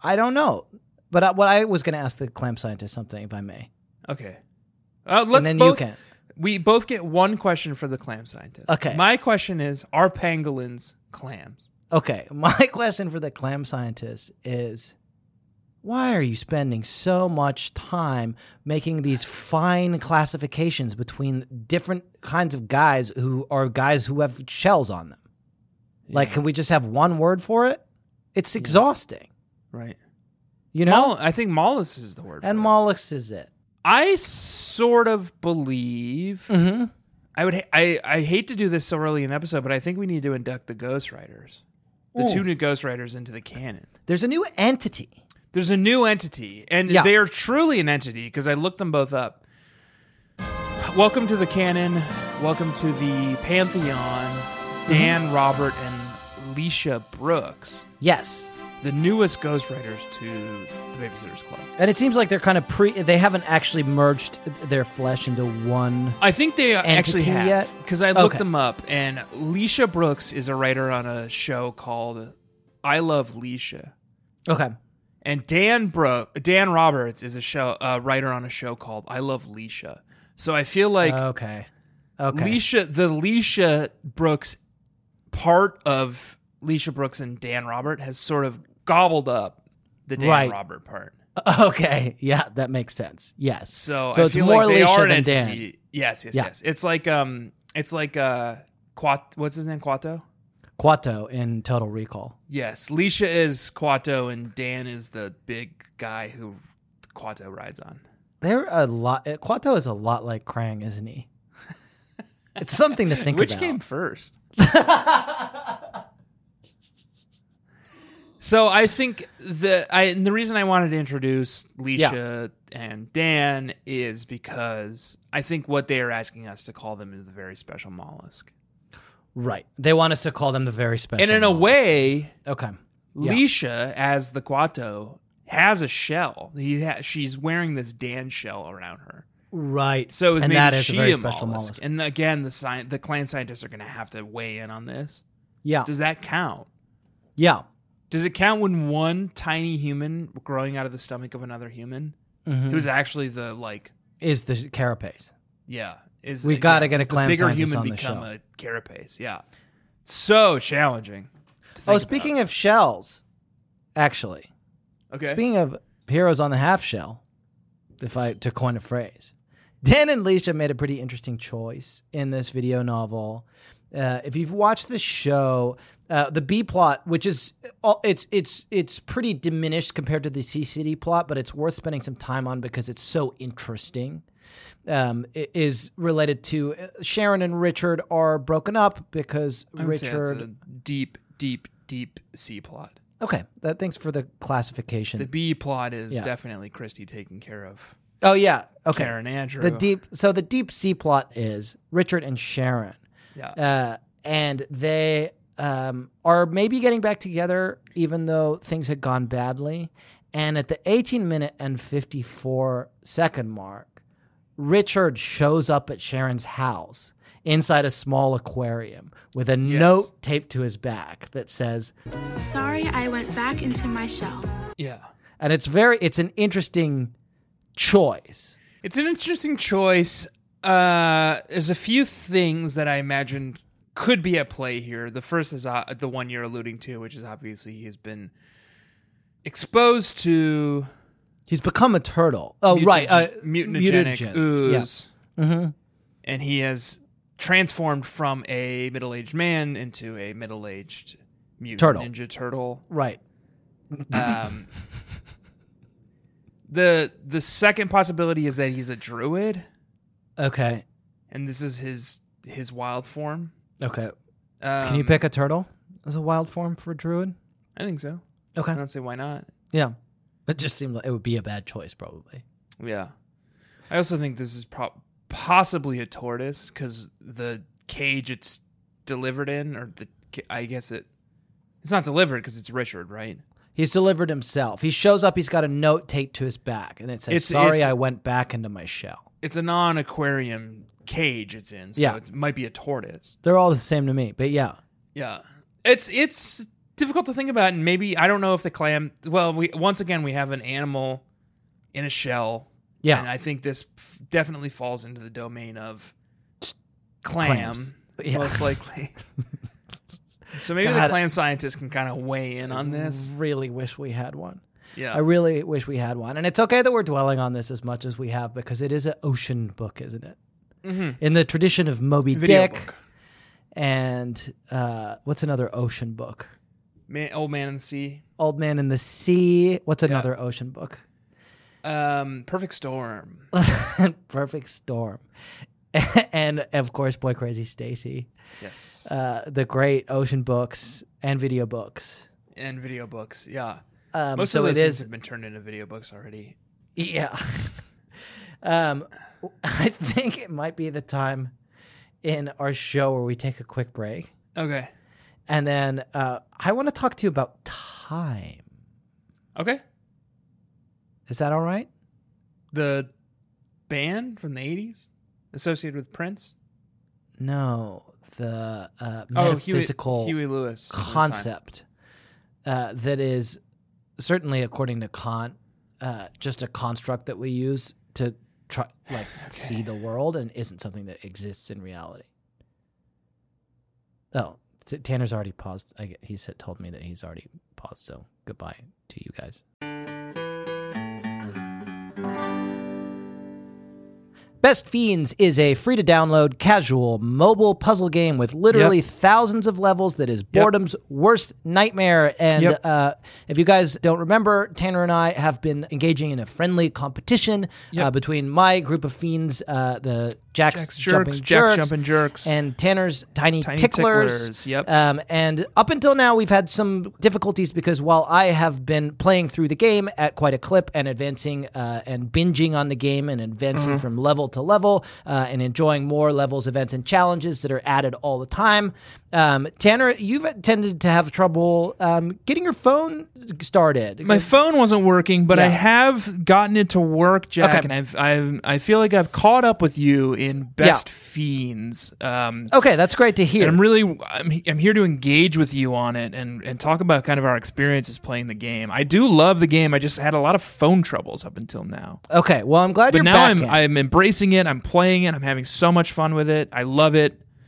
Speaker 2: I don't know, but I, what I was going to ask the clam scientist something, if I may,
Speaker 4: Okay. Uh, let's
Speaker 2: and then
Speaker 4: both,
Speaker 2: you can.
Speaker 4: We both get one question for the clam scientist.
Speaker 2: Okay.
Speaker 4: My question is: Are pangolins clams?
Speaker 2: Okay, [laughs] my question for the clam scientist is. Why are you spending so much time making these fine classifications between different kinds of guys who are guys who have shells on them? Like, can we just have one word for it? It's exhausting,
Speaker 4: Right.
Speaker 2: you know?
Speaker 4: Mol- I think mollus is the word.
Speaker 2: and
Speaker 4: for it.
Speaker 2: mollusks is it.
Speaker 4: I sort of believe
Speaker 2: Mm-hmm.
Speaker 4: I would. Ha- I I hate to do this so early in the episode, but I think we need to induct the ghostwriters, the two new ghostwriters into the canon.
Speaker 2: There's a new entity.
Speaker 4: There's a new entity, and
Speaker 2: Yeah.
Speaker 4: they are truly an entity because I looked them both up. Welcome to the canon. Welcome to the pantheon.
Speaker 2: Mm-hmm.
Speaker 4: Dan Robert and Leisha Brooks,
Speaker 2: Yes.
Speaker 4: the newest ghostwriters to the Babysitters Club.
Speaker 2: And it seems like they're kind of pre, they haven't actually merged their flesh into one.
Speaker 4: I think they actually
Speaker 2: entity
Speaker 4: have
Speaker 2: yet?
Speaker 4: because I looked
Speaker 2: Okay.
Speaker 4: them up, and Leisha Brooks is a writer on a show called "I Love Leisha,"
Speaker 2: Okay.
Speaker 4: and Dan Bro Dan Roberts is a show a writer on a show called "I Love Leisha." So I feel like
Speaker 2: okay. Oh, Okay.
Speaker 4: Leisha, the Leisha Brooks part of Leisha Brooks and Dan Robert has sort of gobbled up the Dan
Speaker 2: Right.
Speaker 4: Robert part.
Speaker 2: [laughs] Okay. Yeah, that makes sense. Yes.
Speaker 4: So,
Speaker 2: so
Speaker 4: I
Speaker 2: it's
Speaker 4: feel
Speaker 2: more
Speaker 4: like they
Speaker 2: Leisha
Speaker 4: are an
Speaker 2: than Dan.
Speaker 4: entity. Yes, yes,
Speaker 2: Yeah.
Speaker 4: yes. It's like um, it's like uh, Quat. What's his name? Quato.
Speaker 2: Quato in Total Recall.
Speaker 4: Yes, Leisha is Quato, and Dan is the big guy who Quato rides on.
Speaker 2: They're a lot. uh, Quato is a lot like Krang, isn't [laughs] he? It's something to think
Speaker 4: Which
Speaker 2: about. [laughs]
Speaker 4: came first? so I think the I and the reason I wanted to introduce Leisha and Dan is because I think what they are asking us to call them is the very special mollusk,
Speaker 2: Right. They want us to call them the very special.
Speaker 4: and in a
Speaker 2: ones.
Speaker 4: way,
Speaker 2: Okay. Yeah.
Speaker 4: Leisha as the Quato has a shell. He ha- she's wearing this Dan shell around her.
Speaker 2: Right.
Speaker 4: So is
Speaker 2: and
Speaker 4: maybe
Speaker 2: that is
Speaker 4: she
Speaker 2: a very
Speaker 4: a
Speaker 2: special
Speaker 4: mollusk.
Speaker 2: mollusk.
Speaker 4: And again, the sci- the clan scientists are going to have to weigh in on this.
Speaker 2: Yeah.
Speaker 4: Does that count?
Speaker 2: yeah.
Speaker 4: Does it count when one tiny human growing out of the stomach of another human,
Speaker 2: Hmm.
Speaker 4: who's actually the like,
Speaker 2: Mm-hmm. Is the carapace.
Speaker 4: yeah, is
Speaker 2: We
Speaker 4: the-
Speaker 2: gotta
Speaker 4: yeah,
Speaker 2: get a
Speaker 4: does the
Speaker 2: clan
Speaker 4: bigger
Speaker 2: scientist
Speaker 4: human
Speaker 2: on the
Speaker 4: become
Speaker 2: show.
Speaker 4: a carapace? Yeah, so challenging. to
Speaker 2: Oh,
Speaker 4: think
Speaker 2: speaking
Speaker 4: about.
Speaker 2: of shells, actually,
Speaker 4: okay,
Speaker 2: speaking of heroes on the half shell, if I to coin a phrase, Dan and Leisha made a pretty interesting choice in this video novel. Uh, if you've watched the show, uh, the B plot, which is all- it's it's it's pretty diminished compared to the C City plot, but it's worth spending some time on because it's so interesting um, i- is related to uh, Sharon and Richard are broken up because
Speaker 4: I would say that's
Speaker 2: Richard.
Speaker 4: a deep, deep, deep C plot.
Speaker 2: Okay, that thanks for the classification.
Speaker 4: The B plot is
Speaker 2: Yeah.
Speaker 4: definitely Christy taking care of
Speaker 2: oh yeah, okay.
Speaker 4: Karen Andrew.
Speaker 2: The deep so the deep sea plot is Richard and Sharon,
Speaker 4: yeah.
Speaker 2: uh, and they um, are maybe getting back together, even though things had gone badly. And at the 18 minute and 54 second mark, Richard shows up at Sharon's house inside a small aquarium with a
Speaker 4: Yes.
Speaker 2: note taped to his back that says,
Speaker 7: Sorry I went back into my shell.
Speaker 4: yeah.
Speaker 2: and it's very it's an interesting choice.
Speaker 4: It's an interesting choice. Uh, there's a few things that I imagine could be at play here. The first is uh, the one you're alluding to, which is obviously he's been exposed to
Speaker 2: He's become a turtle. Oh, right. Uh,
Speaker 4: mutagenic
Speaker 2: mutagen. Yeah.
Speaker 4: ooze, Mm-hmm. and he has transformed from a middle-aged man into a middle-aged mutant
Speaker 2: Turtle.
Speaker 4: ninja turtle.
Speaker 2: Right.
Speaker 4: Um, the the second possibility is that he's a druid,
Speaker 2: Okay.
Speaker 4: and this is his his wild form.
Speaker 2: Okay.
Speaker 4: Um,
Speaker 2: Can you pick a turtle as a wild form for druid?
Speaker 4: I think so. I
Speaker 2: Okay.
Speaker 4: don't see why not.
Speaker 2: Yeah. It just seemed like it would be a bad choice, probably.
Speaker 4: Yeah. I also think this is pro- possibly a tortoise because the cage it's delivered in, or the ca- I guess it it's not delivered because it's Richard, right?
Speaker 2: He's delivered himself. He shows up. He's got a note taped to his back, and it says,
Speaker 4: It's-
Speaker 2: "Sorry,
Speaker 4: it's-
Speaker 2: I went back into my shell."
Speaker 4: It's a non-aquarium cage it's in, so
Speaker 2: Yeah.
Speaker 4: it might be a tortoise.
Speaker 2: They're all the same to me, but yeah,
Speaker 4: Yeah, it's it's difficult to think about, and maybe I don't know if the clam. Well, we once again we have an animal in a shell.
Speaker 2: Yeah.
Speaker 4: and I think this f- definitely falls into the domain of clam,
Speaker 2: Clams. Yeah. [laughs]
Speaker 4: most likely. so maybe the
Speaker 2: God.
Speaker 4: clam scientist can kind of weigh in on this.
Speaker 2: really wish we had one.
Speaker 4: Yeah,
Speaker 2: I really wish we had one, and it's okay that we're dwelling on this as much as we have because it is an ocean book, isn't it? Mm-hmm. In the tradition of Moby
Speaker 4: video
Speaker 2: Dick,
Speaker 4: book.
Speaker 2: and uh, what's another ocean book?
Speaker 4: Man, Old Man and the Sea.
Speaker 2: Old Man in the Sea. What's another ocean book? [laughs]
Speaker 4: Um, Perfect Storm.
Speaker 2: Uh, Perfect Storm. [laughs] and of course, Boy Crazy Stacy.
Speaker 4: Yes.
Speaker 2: Uh, the great ocean books and video books.
Speaker 4: and video books. Yeah.
Speaker 2: Um,
Speaker 4: Most
Speaker 2: so
Speaker 4: of those
Speaker 2: it
Speaker 4: things
Speaker 2: is
Speaker 4: have been turned into video books already.
Speaker 2: [laughs] Yeah. um, I think it might be the time in our show where we take a quick break.
Speaker 4: Okay.
Speaker 2: And then uh, I want to talk to you about time.
Speaker 4: Okay.
Speaker 2: Is that all right?
Speaker 4: The band from the 80s associated with Prince.
Speaker 2: No, the uh,
Speaker 4: Oh, Huey,
Speaker 2: metaphysical
Speaker 4: Huey Lewis. from the time.
Speaker 2: concept uh, that is certainly, according to Kant, uh, just a construct that we use to try,
Speaker 4: [sighs]
Speaker 2: like, see the world, and isn't something that exists in reality. Oh, T- Tanner's already paused. I, gue- he said, told me that he's already paused. So goodbye to you guys. Best Fiends is a free to download casual mobile puzzle game with literally thousands of levels that is boredom's worst nightmare. And
Speaker 4: Yep.
Speaker 2: uh, if you guys don't remember, Tanner and I have been engaging in a friendly competition uh,
Speaker 4: Yep.
Speaker 2: between my group of fiends, uh, the Jack's,
Speaker 4: Jack's Jerks,
Speaker 2: Jumping
Speaker 4: Jack's
Speaker 2: Jerks,
Speaker 4: Jumping Jerks.
Speaker 2: and Tanner's Tiny,
Speaker 4: Tiny
Speaker 2: ticklers.
Speaker 4: Ticklers, yep.
Speaker 2: Um, and up until now, we've had some difficulties because while I have been playing through the game at quite a clip and advancing uh, and binging on the game and advancing
Speaker 4: Mm-hmm.
Speaker 2: from level to level uh, and enjoying more levels, events, and challenges that are added all the time, um, Tanner, you've tended to have trouble um, getting your phone started.
Speaker 4: My phone wasn't working, but I
Speaker 2: Yeah.
Speaker 4: have gotten it to work, Jack,
Speaker 2: Okay.
Speaker 4: and I've, I've I feel like I've caught up with you in Best Fiends. Um,
Speaker 2: okay, that's great to hear.
Speaker 4: and I'm really I'm, he- I'm here to engage with you on it and and talk about kind of our experiences playing the game. I do love the game. I just had a lot of phone troubles up until now.
Speaker 2: okay, well, I'm glad
Speaker 4: But
Speaker 2: you're
Speaker 4: now
Speaker 2: back
Speaker 4: I'm
Speaker 2: in.
Speaker 4: I'm embracing it. I'm playing it. I'm having so much fun with it. I love it.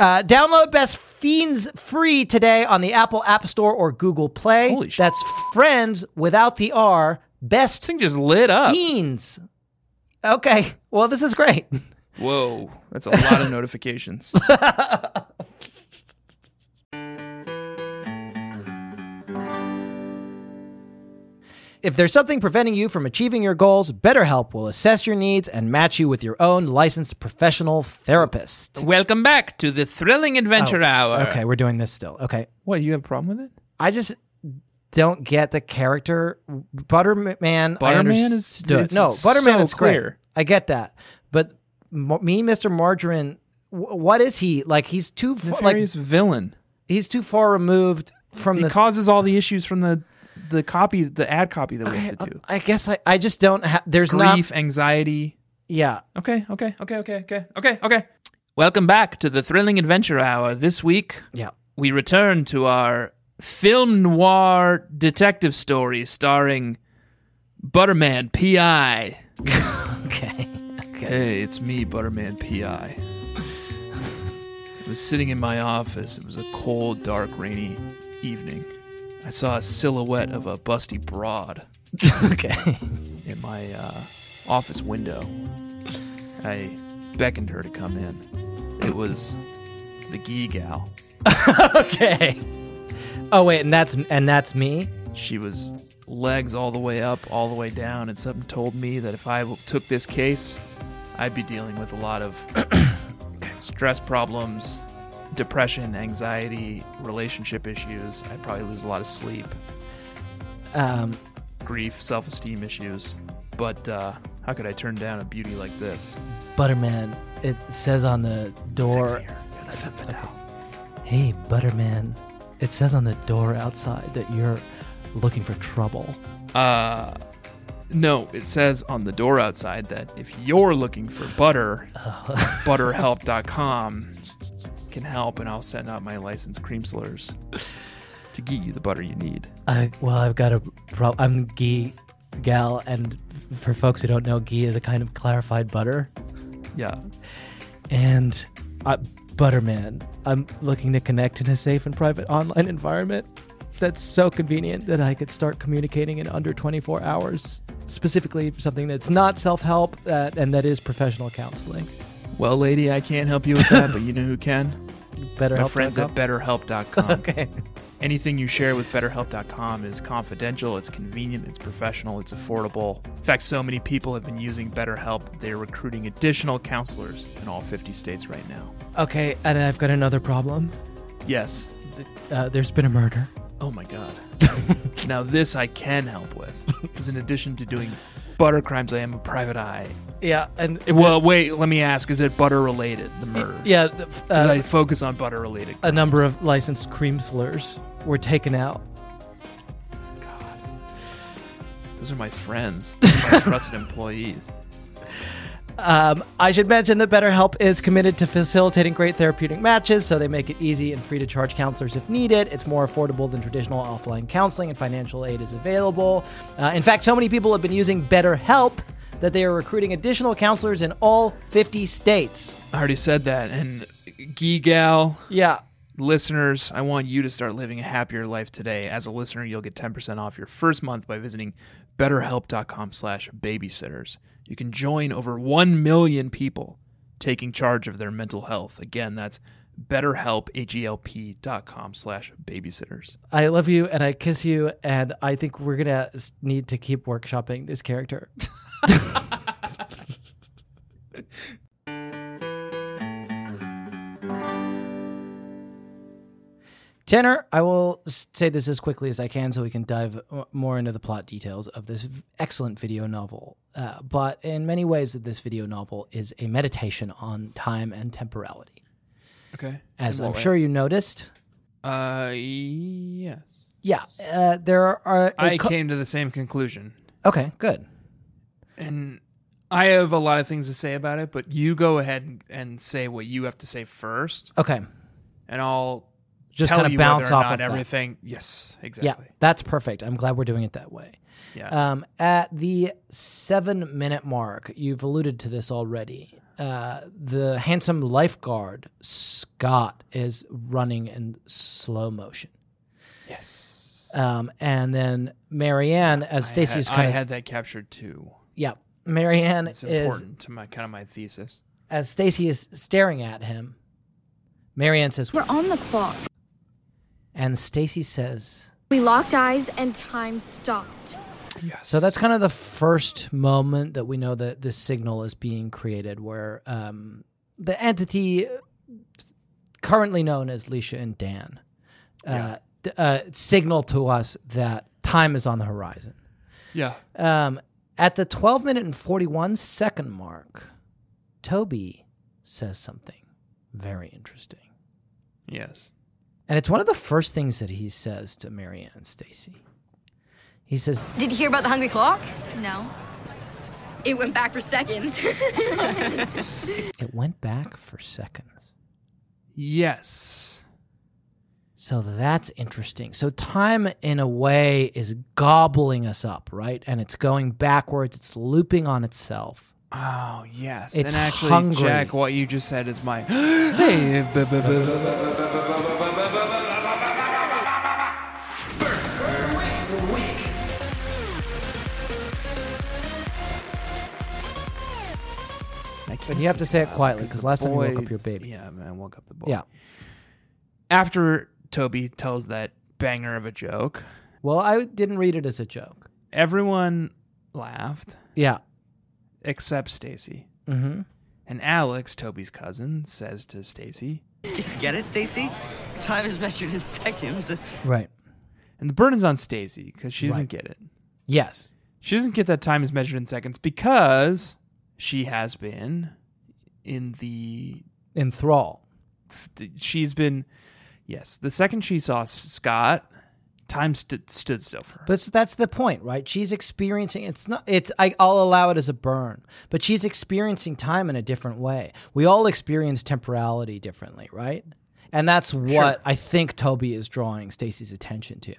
Speaker 2: Uh, download Best Fiends free today on the Apple App Store or Google Play.
Speaker 4: Holy sh-
Speaker 2: That's friends without the R.
Speaker 4: This
Speaker 2: Best
Speaker 4: thing just lit up.
Speaker 2: Fiends. Okay. Well, this is great.
Speaker 4: Whoa, that's a
Speaker 2: [laughs]
Speaker 4: lot of notifications.
Speaker 2: If there's something preventing you from achieving your goals, BetterHelp will assess your needs and match you with your own licensed professional therapist.
Speaker 4: Welcome back to
Speaker 2: Oh,
Speaker 4: the Thrilling Adventure Hour.
Speaker 2: Okay, we're doing this still. Okay.
Speaker 4: What, you have a problem with it?
Speaker 2: I just don't get the character Butterman. I
Speaker 4: Butterman is-
Speaker 2: understood.
Speaker 4: it's
Speaker 2: no Butterman
Speaker 4: so
Speaker 2: is great.
Speaker 4: clear.
Speaker 2: I get that, but Mo- me, Mister Margarine, wh- what is he like? He's too far, like
Speaker 4: Nefarious villain.
Speaker 2: he's too far removed from
Speaker 4: He
Speaker 2: the.
Speaker 4: causes all the issues from the the copy, the ad copy that we have to do.
Speaker 2: I guess I, I just don't have. There's
Speaker 4: Grief,
Speaker 2: uh, not.
Speaker 4: anxiety.
Speaker 2: Yeah.
Speaker 4: Okay, okay, okay, okay, okay, okay, okay. Welcome back to the Thrilling Adventure Hour. This week,
Speaker 2: Yeah.
Speaker 4: we return to our film noir detective story starring Butterman P.I.
Speaker 2: Okay. [laughs] Okay.
Speaker 4: Hey, it's me, Butterman P.I. I was sitting in my office. It was a cold, dark, rainy evening. I saw a silhouette of a busty broad
Speaker 2: okay. [laughs]
Speaker 4: in my uh, office window. I beckoned her to come in. It was the Gee Gal.
Speaker 2: Okay. Oh wait, and that's and that's me.
Speaker 4: She was legs all the way up, all the way down, and something told me that if I w- took this case, I'd be dealing with a lot of stress problems, depression, anxiety, relationship issues. I'd probably lose a lot of sleep,
Speaker 2: Um,
Speaker 4: grief, self esteem issues. But uh, how could I turn down a beauty like this?
Speaker 2: Butterman. It says on the door.
Speaker 4: Sexier. Yeah, that's it, Vidal.
Speaker 2: Hey, Butterman, it says on the door outside that you're looking for trouble.
Speaker 4: Uh, no, it says on the door outside that if you're looking for butter, butterhelp.com can help, and I'll send out my licensed cream slurs to get you the butter you need.
Speaker 2: I, well, I've got a problem. I'm ghee gal, and for folks who don't know, ghee is a kind of clarified butter.
Speaker 4: Yeah.
Speaker 2: And I, Butterman, I'm looking to connect in a safe and private online environment that's so convenient that I could start communicating in under 24 hours. Specifically, something that's not self help uh, and that is professional counseling.
Speaker 4: Well, lady, I can't help you with that, but you know who can?
Speaker 2: Better
Speaker 4: My friends at betterhelp.com.
Speaker 2: [laughs] Okay.
Speaker 4: Anything you share with BetterHelp.com is confidential, it's convenient, it's professional, it's affordable. In fact, so many people have been using BetterHelp that they're recruiting additional counselors in all 50 states right now.
Speaker 2: Okay, and I've got another problem.
Speaker 4: Yes.
Speaker 2: Uh, there's been a murder.
Speaker 4: Oh my god. [laughs] now, this I can help with. Because in addition to doing butter crimes, I am a private eye.
Speaker 2: Yeah, and
Speaker 4: Well, wait, let me ask is it butter related, the murder?
Speaker 2: yeah, th-
Speaker 4: Because
Speaker 2: uh,
Speaker 4: I focus on butter related.
Speaker 2: a number of licensed cream slurs were taken out.
Speaker 4: God. Those are my friends, Those are my [laughs] trusted employees.
Speaker 2: Um, I should mention that BetterHelp is committed to facilitating great therapeutic matches, so they make it easy and free to charge counselors if needed. It's more affordable than traditional offline counseling, and financial aid is available. Uh, in fact, so many people have been using BetterHelp that they are recruiting additional counselors in all 50 states.
Speaker 4: I already said that. And Gigal,
Speaker 2: Yeah.
Speaker 4: listeners, I want you to start living a happier life today. As a listener, you'll get 10% off your first month by visiting betterhelp.com slash babysitters. You can join over 1 million people taking charge of their mental health. Again, that's betterhelp, H-E-L-P dot com slash babysitters.
Speaker 2: I love you and I kiss you, and I think we're gonna s- need to keep workshopping this character. [laughs] Tanner, I will s- say this as quickly as I can so we can dive m- more into the plot details of this v- excellent video novel. Uh, but in many ways, this video novel is a meditation on time and temporality.
Speaker 4: Okay.
Speaker 2: As
Speaker 4: In
Speaker 2: I'm
Speaker 4: what way?
Speaker 2: sure you noticed,
Speaker 4: Uh, yes.
Speaker 2: yeah, uh, there are. a
Speaker 4: I
Speaker 2: cou-
Speaker 4: came to the same conclusion.
Speaker 2: Okay, good.
Speaker 4: And I have a lot of things to say about it, but you go ahead and- and say what you have to say first,
Speaker 2: Okay.
Speaker 4: and I'll
Speaker 2: Just
Speaker 4: tell
Speaker 2: kind of
Speaker 4: you
Speaker 2: bounce
Speaker 4: whether or
Speaker 2: off
Speaker 4: not
Speaker 2: of that.
Speaker 4: everything. Yes, exactly.
Speaker 2: Yeah, that's perfect. I'm glad we're doing it that way.
Speaker 4: Yeah.
Speaker 2: Um, at the seven minute mark, you've alluded to this already. Uh, the handsome lifeguard, Scott, is running in slow motion.
Speaker 4: yes.
Speaker 2: Um, and then Marianne, as Stacy's
Speaker 4: I, had,
Speaker 2: kind
Speaker 4: I
Speaker 2: of.
Speaker 4: had that captured too.
Speaker 2: yeah. Marianne
Speaker 4: It's
Speaker 2: is
Speaker 4: important to my kind of my thesis.
Speaker 2: as Stacy is staring at him. Marianne says,
Speaker 6: We're on the clock.
Speaker 2: and Stacy says,
Speaker 6: We locked eyes and time stopped.
Speaker 4: Yes.
Speaker 2: So that's kind of the first moment that we know that this signal is being created, where um, the entity currently known as Leisha and Dan uh, d- uh, signal to us that time is on the horizon.
Speaker 4: Yeah.
Speaker 2: Um, at the 12 minute and 41 second mark, Toby says something very interesting.
Speaker 4: Yes.
Speaker 2: And it's one of the first things that he says to Marianne and Stacy. He says,
Speaker 6: Did you hear about the Hungry Clock?
Speaker 5: No.
Speaker 6: It went back for
Speaker 7: [laughs]
Speaker 6: seconds.
Speaker 2: it went back for seconds.
Speaker 4: Yes.
Speaker 2: So that's interesting. So time, in a way, is gobbling us up, right? And it's going backwards, it's looping on itself.
Speaker 4: Oh yes.
Speaker 2: It's
Speaker 4: and actually,
Speaker 2: hungry.
Speaker 4: Jack, what you just said is my. [gasps] hey, bu- bu- bu- bu- I can't
Speaker 2: But you have to say it quietly because
Speaker 4: the
Speaker 2: last time you woke
Speaker 4: boy-
Speaker 2: up your baby.
Speaker 4: Yeah, man, I woke up the boy.
Speaker 2: Yeah.
Speaker 4: After Toby tells that banger of a joke,
Speaker 2: Well, I didn't read it as a joke.
Speaker 4: everyone laughed
Speaker 2: Yeah.
Speaker 4: except Stacy.
Speaker 2: Mm-hmm.
Speaker 4: And Alex, Toby's cousin, says to Stacy,
Speaker 8: Get it, Stacy? Time is measured in seconds.
Speaker 2: Right.
Speaker 4: and the burden is on Stacy because she doesn't get it.
Speaker 2: Yes.
Speaker 4: She doesn't get that time is measured in seconds because she has been in the.
Speaker 2: In thrall.
Speaker 4: the- she's been. Yes, the second she saw Scott, time stood stood still for her.
Speaker 2: But s- that's the point, right? She's experiencing it's not it's I, I'll allow it as a burn, but she's experiencing time in a different way. We all experience temporality differently, right? And that's what I think Toby is drawing Stacy's attention to.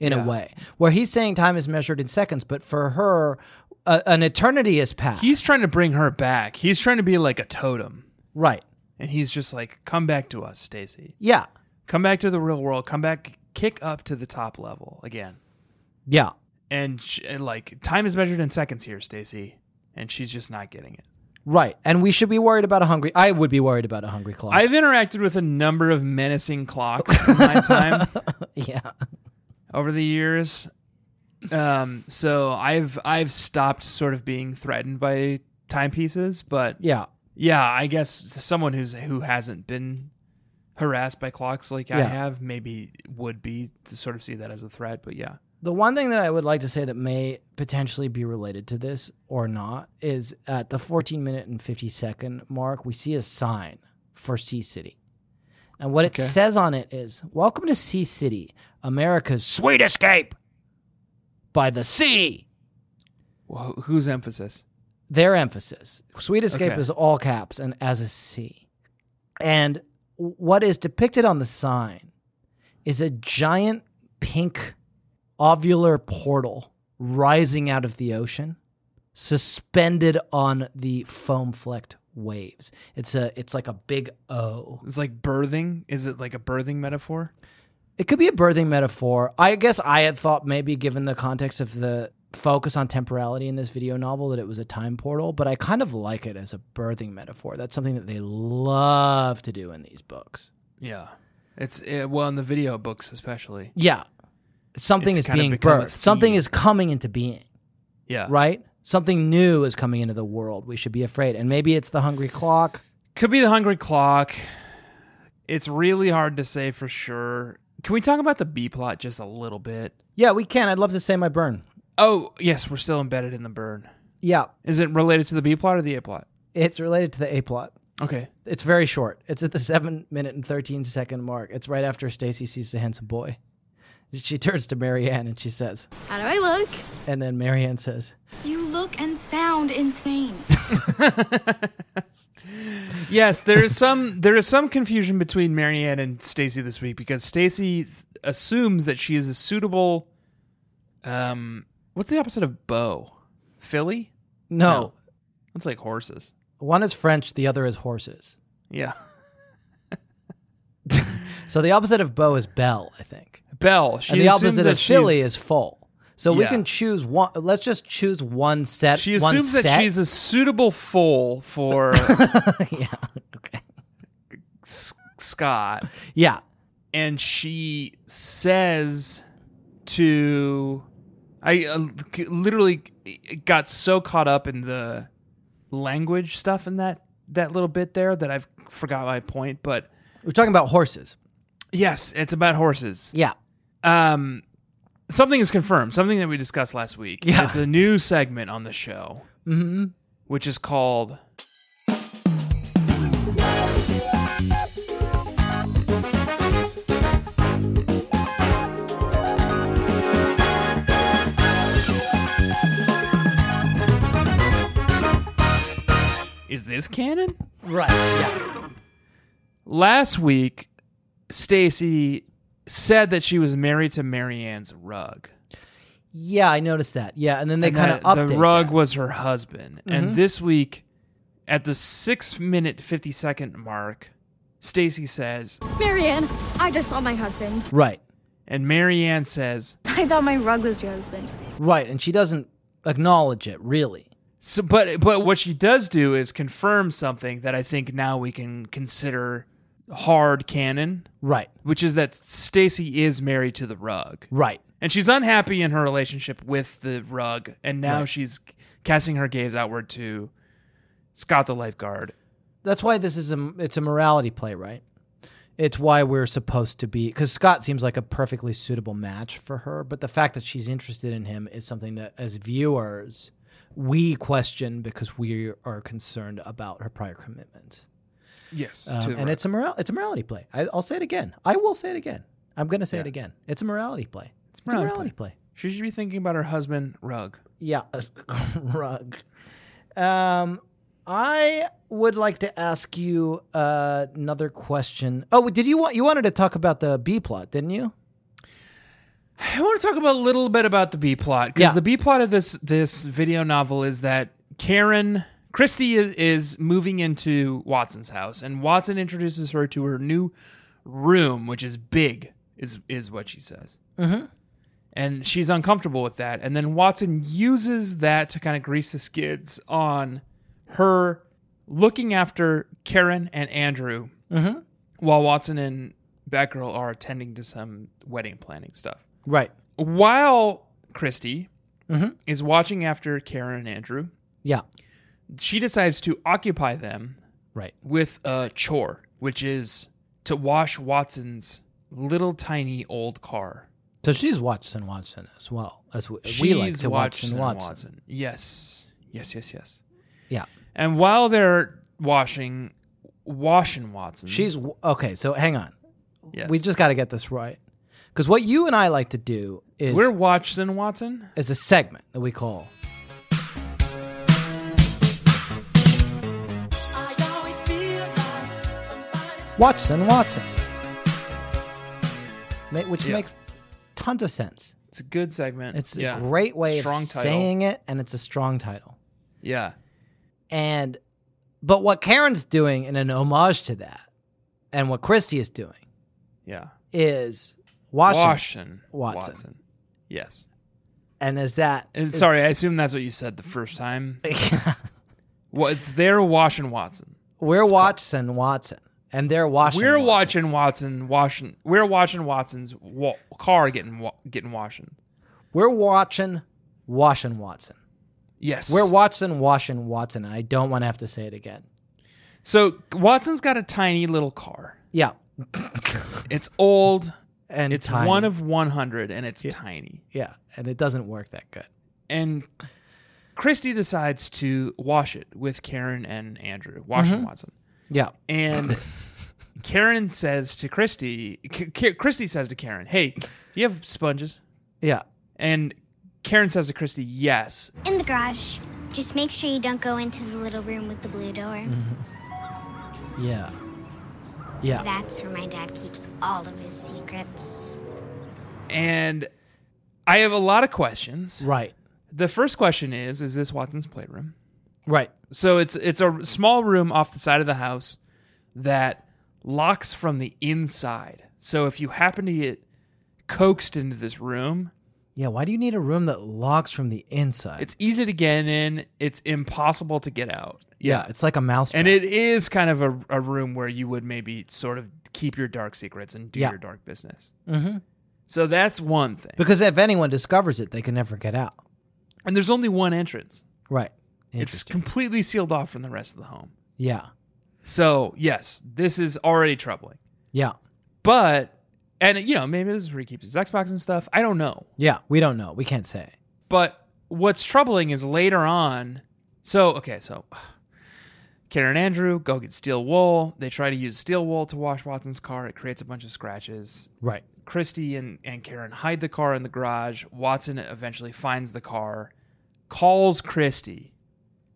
Speaker 2: In a
Speaker 4: Yeah.
Speaker 2: way, where he's saying time is measured in seconds, but for her, a, an eternity has passed.
Speaker 4: He's trying to bring her back. He's trying to be like a totem.
Speaker 2: right.
Speaker 4: And he's just like, come back to us, Stacy.
Speaker 2: Yeah.
Speaker 4: Come back to the real world. Come back, kick up to the top level again.
Speaker 2: Yeah.
Speaker 4: And, sh and like, time is measured in seconds here, Stacy. And she's just not getting it.
Speaker 2: Right. And we should be worried about a hungry I would be worried about a hungry clock.
Speaker 4: I've interacted with a number of menacing clocks in my time
Speaker 2: [laughs] yeah.
Speaker 4: over the years. Um, so I've I've stopped sort of being threatened by timepieces, but
Speaker 2: Yeah.
Speaker 4: Yeah, I guess someone who's who hasn't been harassed by clocks like I
Speaker 2: Yeah.
Speaker 4: have maybe would be to sort of see that as a threat, but yeah.
Speaker 2: The one thing that I would like to say that may potentially be related to this or not is at the 14 minute and 50 second mark, we see a sign for Sea City. And what
Speaker 4: Okay.
Speaker 2: it says on it is Welcome to Sea City, America's sweet escape by the sea.
Speaker 4: Well, wh- whose emphasis?
Speaker 2: their emphasis. Sweet Escape
Speaker 4: Okay.
Speaker 2: is all caps and as a C. And what is depicted on the sign is a giant pink ovular portal rising out of the ocean, suspended on the foam flecked waves. It's a it's like a big O.
Speaker 4: It's like birthing. Is it like a birthing metaphor?
Speaker 2: It could be a birthing metaphor. I guess I had thought maybe given the context of the focus on temporality in this video novel that it was a time portal, but I kind of like it as a birthing metaphor. That's something that they love to do in these books.
Speaker 4: Yeah. It's eh, well in the video books especially.
Speaker 2: Yeah. Something
Speaker 4: It's
Speaker 2: is
Speaker 4: kind of
Speaker 2: being
Speaker 4: become a
Speaker 2: birthed. Something
Speaker 4: theme.
Speaker 2: is coming into being,
Speaker 4: Yeah.
Speaker 2: right? Something new is coming into the world. We should be afraid. And maybe it's the hungry clock.
Speaker 4: Could be the hungry clock. It's really hard to say for sure. Can we talk about the B plot just a little bit?
Speaker 2: Yeah, we can. I'd love to say my burn.
Speaker 4: Oh, yes, we're still embedded in the burn.
Speaker 2: Yeah.
Speaker 4: Is it related to the B plot or the A plot?
Speaker 2: It's related to the A plot.
Speaker 4: Okay.
Speaker 2: It's very short. It's at the seven minute and thirteen second mark. It's right after Stacy sees the handsome boy. She turns to Marianne and she says,
Speaker 6: How do I look?
Speaker 2: and then Marianne says,
Speaker 7: You look and sound insane.
Speaker 4: Yes, there is some [laughs] there is some confusion between Marianne and Stacy this week because Stacy th- assumes that she is a suitable um what's the opposite of bow? Philly?
Speaker 2: no.
Speaker 4: That's like horses.
Speaker 2: One is French, the other is horses.
Speaker 4: Yeah.
Speaker 2: So the opposite of bow is bell, I think.
Speaker 4: Bell. She
Speaker 2: and the
Speaker 4: assumes
Speaker 2: opposite
Speaker 4: that
Speaker 2: of Philly
Speaker 4: she's-
Speaker 2: is full. So we
Speaker 4: Yeah.
Speaker 2: can choose one. Let's just choose one set.
Speaker 4: she
Speaker 2: one
Speaker 4: assumes that
Speaker 2: set.
Speaker 4: she's a suitable foal for
Speaker 2: [laughs] yeah. Okay.
Speaker 4: S- Scott.
Speaker 2: Yeah.
Speaker 4: and she says to i uh, c- literally got so caught up in the language stuff in that that little bit there that i've forgot my point but
Speaker 2: We're talking about horses.
Speaker 4: yes it's about horses
Speaker 2: Yeah.
Speaker 4: um something is confirmed. Something that we discussed last week.
Speaker 2: Yeah.
Speaker 4: It's a new segment on the show, mm-hmm. which is called. Is this canon?
Speaker 2: Right. Yeah.
Speaker 4: Last week, Stacy said that she was married to Marianne's rug.
Speaker 2: Yeah, I noticed that. Yeah, and then they
Speaker 4: and
Speaker 2: kind of
Speaker 4: that
Speaker 2: update.
Speaker 4: the rug
Speaker 2: that. Mm-hmm.
Speaker 4: was her husband. And this week, at the six minute fifty second mark, Stacy says,
Speaker 7: Marianne, I just saw my husband.
Speaker 2: Right.
Speaker 4: and Marianne says,
Speaker 7: I thought my rug was your husband.
Speaker 2: Right, and she doesn't acknowledge it really.
Speaker 4: so, but but what she does do is confirm something that I think now we can consider hard canon,
Speaker 2: Right.
Speaker 4: which is that Stacy is married to the rug.
Speaker 2: Right.
Speaker 4: And she's unhappy in her relationship with the rug, and now she's casting her gaze outward to Scott the lifeguard.
Speaker 2: That's why this is a it's a morality play, right? It's why we're supposed to be because Scott seems like a perfectly suitable match for her, but the fact that she's interested in him is something that as viewers we question because we are concerned about her prior commitment.
Speaker 4: Yes,
Speaker 2: Um, and it's a moral it's a morality play. I, I'll say it again. I will say it again. I'm going to say it
Speaker 4: Yeah.
Speaker 2: again. It's a morality play. It's, a
Speaker 4: morality
Speaker 2: morality play.
Speaker 4: She should be thinking about her husband, Rug.
Speaker 2: Yeah, [laughs] rug. Um, I would like to ask you uh, another question. Oh, did you want you wanted to talk about the B plot, didn't you?
Speaker 4: I want to talk about a little bit about the B plot because
Speaker 2: Yeah.
Speaker 4: the B plot of this this video novel is that Karen Christie is, is moving into Watson's house, and Watson introduces her to her new room, which is big, is is what she says. Mm-hmm. And she's uncomfortable with that, and then Watson uses that to kind of grease the skids on her looking after Karen and Andrew while Watson and Batgirl are attending to some wedding planning stuff.
Speaker 2: Right.
Speaker 4: While Christy
Speaker 2: Mm-hmm.
Speaker 4: is watching after Karen and Andrew,
Speaker 2: Yeah.
Speaker 4: she decides to occupy them
Speaker 2: Right.
Speaker 4: with a chore, which is to wash Watson's little tiny old car.
Speaker 2: So she's Watson Watson as well as we,
Speaker 4: She's
Speaker 2: we like to watch
Speaker 4: Watson
Speaker 2: and
Speaker 4: and
Speaker 2: Watson.
Speaker 4: Yes. Yes, yes, yes.
Speaker 2: Yeah.
Speaker 4: And while they're washing washing Watson.
Speaker 2: She's w- okay. So hang on.
Speaker 4: yes.
Speaker 2: We just got to get this right because what you and I like to do is
Speaker 4: We're Watson Watson.
Speaker 2: is a segment that we call Watson Watson, Ma- which
Speaker 4: Yeah.
Speaker 2: makes tons of sense.
Speaker 4: It's a good segment.
Speaker 2: It's a
Speaker 4: Yeah.
Speaker 2: great way
Speaker 4: Strong
Speaker 2: of
Speaker 4: title.
Speaker 2: saying it, and it's a strong title.
Speaker 4: Yeah.
Speaker 2: And but what Karen's doing in an homage to that, and what Christie is doing
Speaker 4: Yeah.
Speaker 2: is watching.
Speaker 4: Washington
Speaker 2: Watson.
Speaker 4: Yes.
Speaker 2: And is that
Speaker 4: And
Speaker 2: is- [laughs]
Speaker 4: sorry, I assume that's what you said the first time. What they're washing Watson.
Speaker 2: we're Watson Watson, and they're Washington.
Speaker 4: We're
Speaker 2: Watson.
Speaker 4: watching Watson washing. We're watching Watson's wa- car getting wa- getting washing.
Speaker 2: We're watching Washington Watson.
Speaker 4: Yes.
Speaker 2: We're Watson Washington Watson, and I don't want to have to say it again.
Speaker 4: so Watson's got a tiny little car.
Speaker 2: Yeah,
Speaker 4: It's old.
Speaker 2: and
Speaker 4: It's
Speaker 2: tiny.
Speaker 4: one of one hundred, and it's tiny.
Speaker 2: yeah, and it doesn't work that good.
Speaker 4: And Christy decides to wash it with Karen and Andrew. Washing
Speaker 2: Mm-hmm.
Speaker 4: Watson.
Speaker 2: Yeah,
Speaker 4: and Karen says to Christy, K- K- Christy says to Karen, "Hey, do you have sponges?"
Speaker 2: yeah.
Speaker 4: And Karen says to Christy, "Yes."
Speaker 9: In the garage. Just make sure you don't go into the little room with the blue door.
Speaker 2: Yeah. Yeah.
Speaker 9: That's where my dad keeps all of his secrets.
Speaker 4: And I have a lot of questions.
Speaker 2: Right.
Speaker 4: The first question is, is this Watson's playroom?
Speaker 2: Right.
Speaker 4: So it's it's a small room off the side of the house that locks from the inside. So if you happen to get coaxed into this room,
Speaker 2: Yeah. Why do you need a room that locks from the inside?
Speaker 4: it's easy to get in, it's impossible to get out.
Speaker 2: yeah. It's like a mouse.
Speaker 4: And it is kind of a, a room where you would maybe sort of keep your dark secrets and do
Speaker 2: Yeah.
Speaker 4: your dark business.
Speaker 2: Mhm.
Speaker 4: So that's one thing.
Speaker 2: because if anyone discovers it, they can never get out.
Speaker 4: and there's only one entrance.
Speaker 2: Right.
Speaker 4: It's
Speaker 2: Interesting.
Speaker 4: completely sealed off from the rest of the home.
Speaker 2: yeah.
Speaker 4: So yes, this is already troubling.
Speaker 2: Yeah.
Speaker 4: But And you know, maybe this is where he keeps his Xbox and stuff. I don't know.
Speaker 2: Yeah, we don't know. We can't say.
Speaker 4: But what's troubling is later on. So okay, so [sighs] Karen and Andrew go get steel wool. They try to use steel wool to wash Watson's car. It creates a bunch of scratches.
Speaker 2: Right.
Speaker 4: Christy and, and Karen hide the car in the garage. Watson eventually finds the car, calls Christy,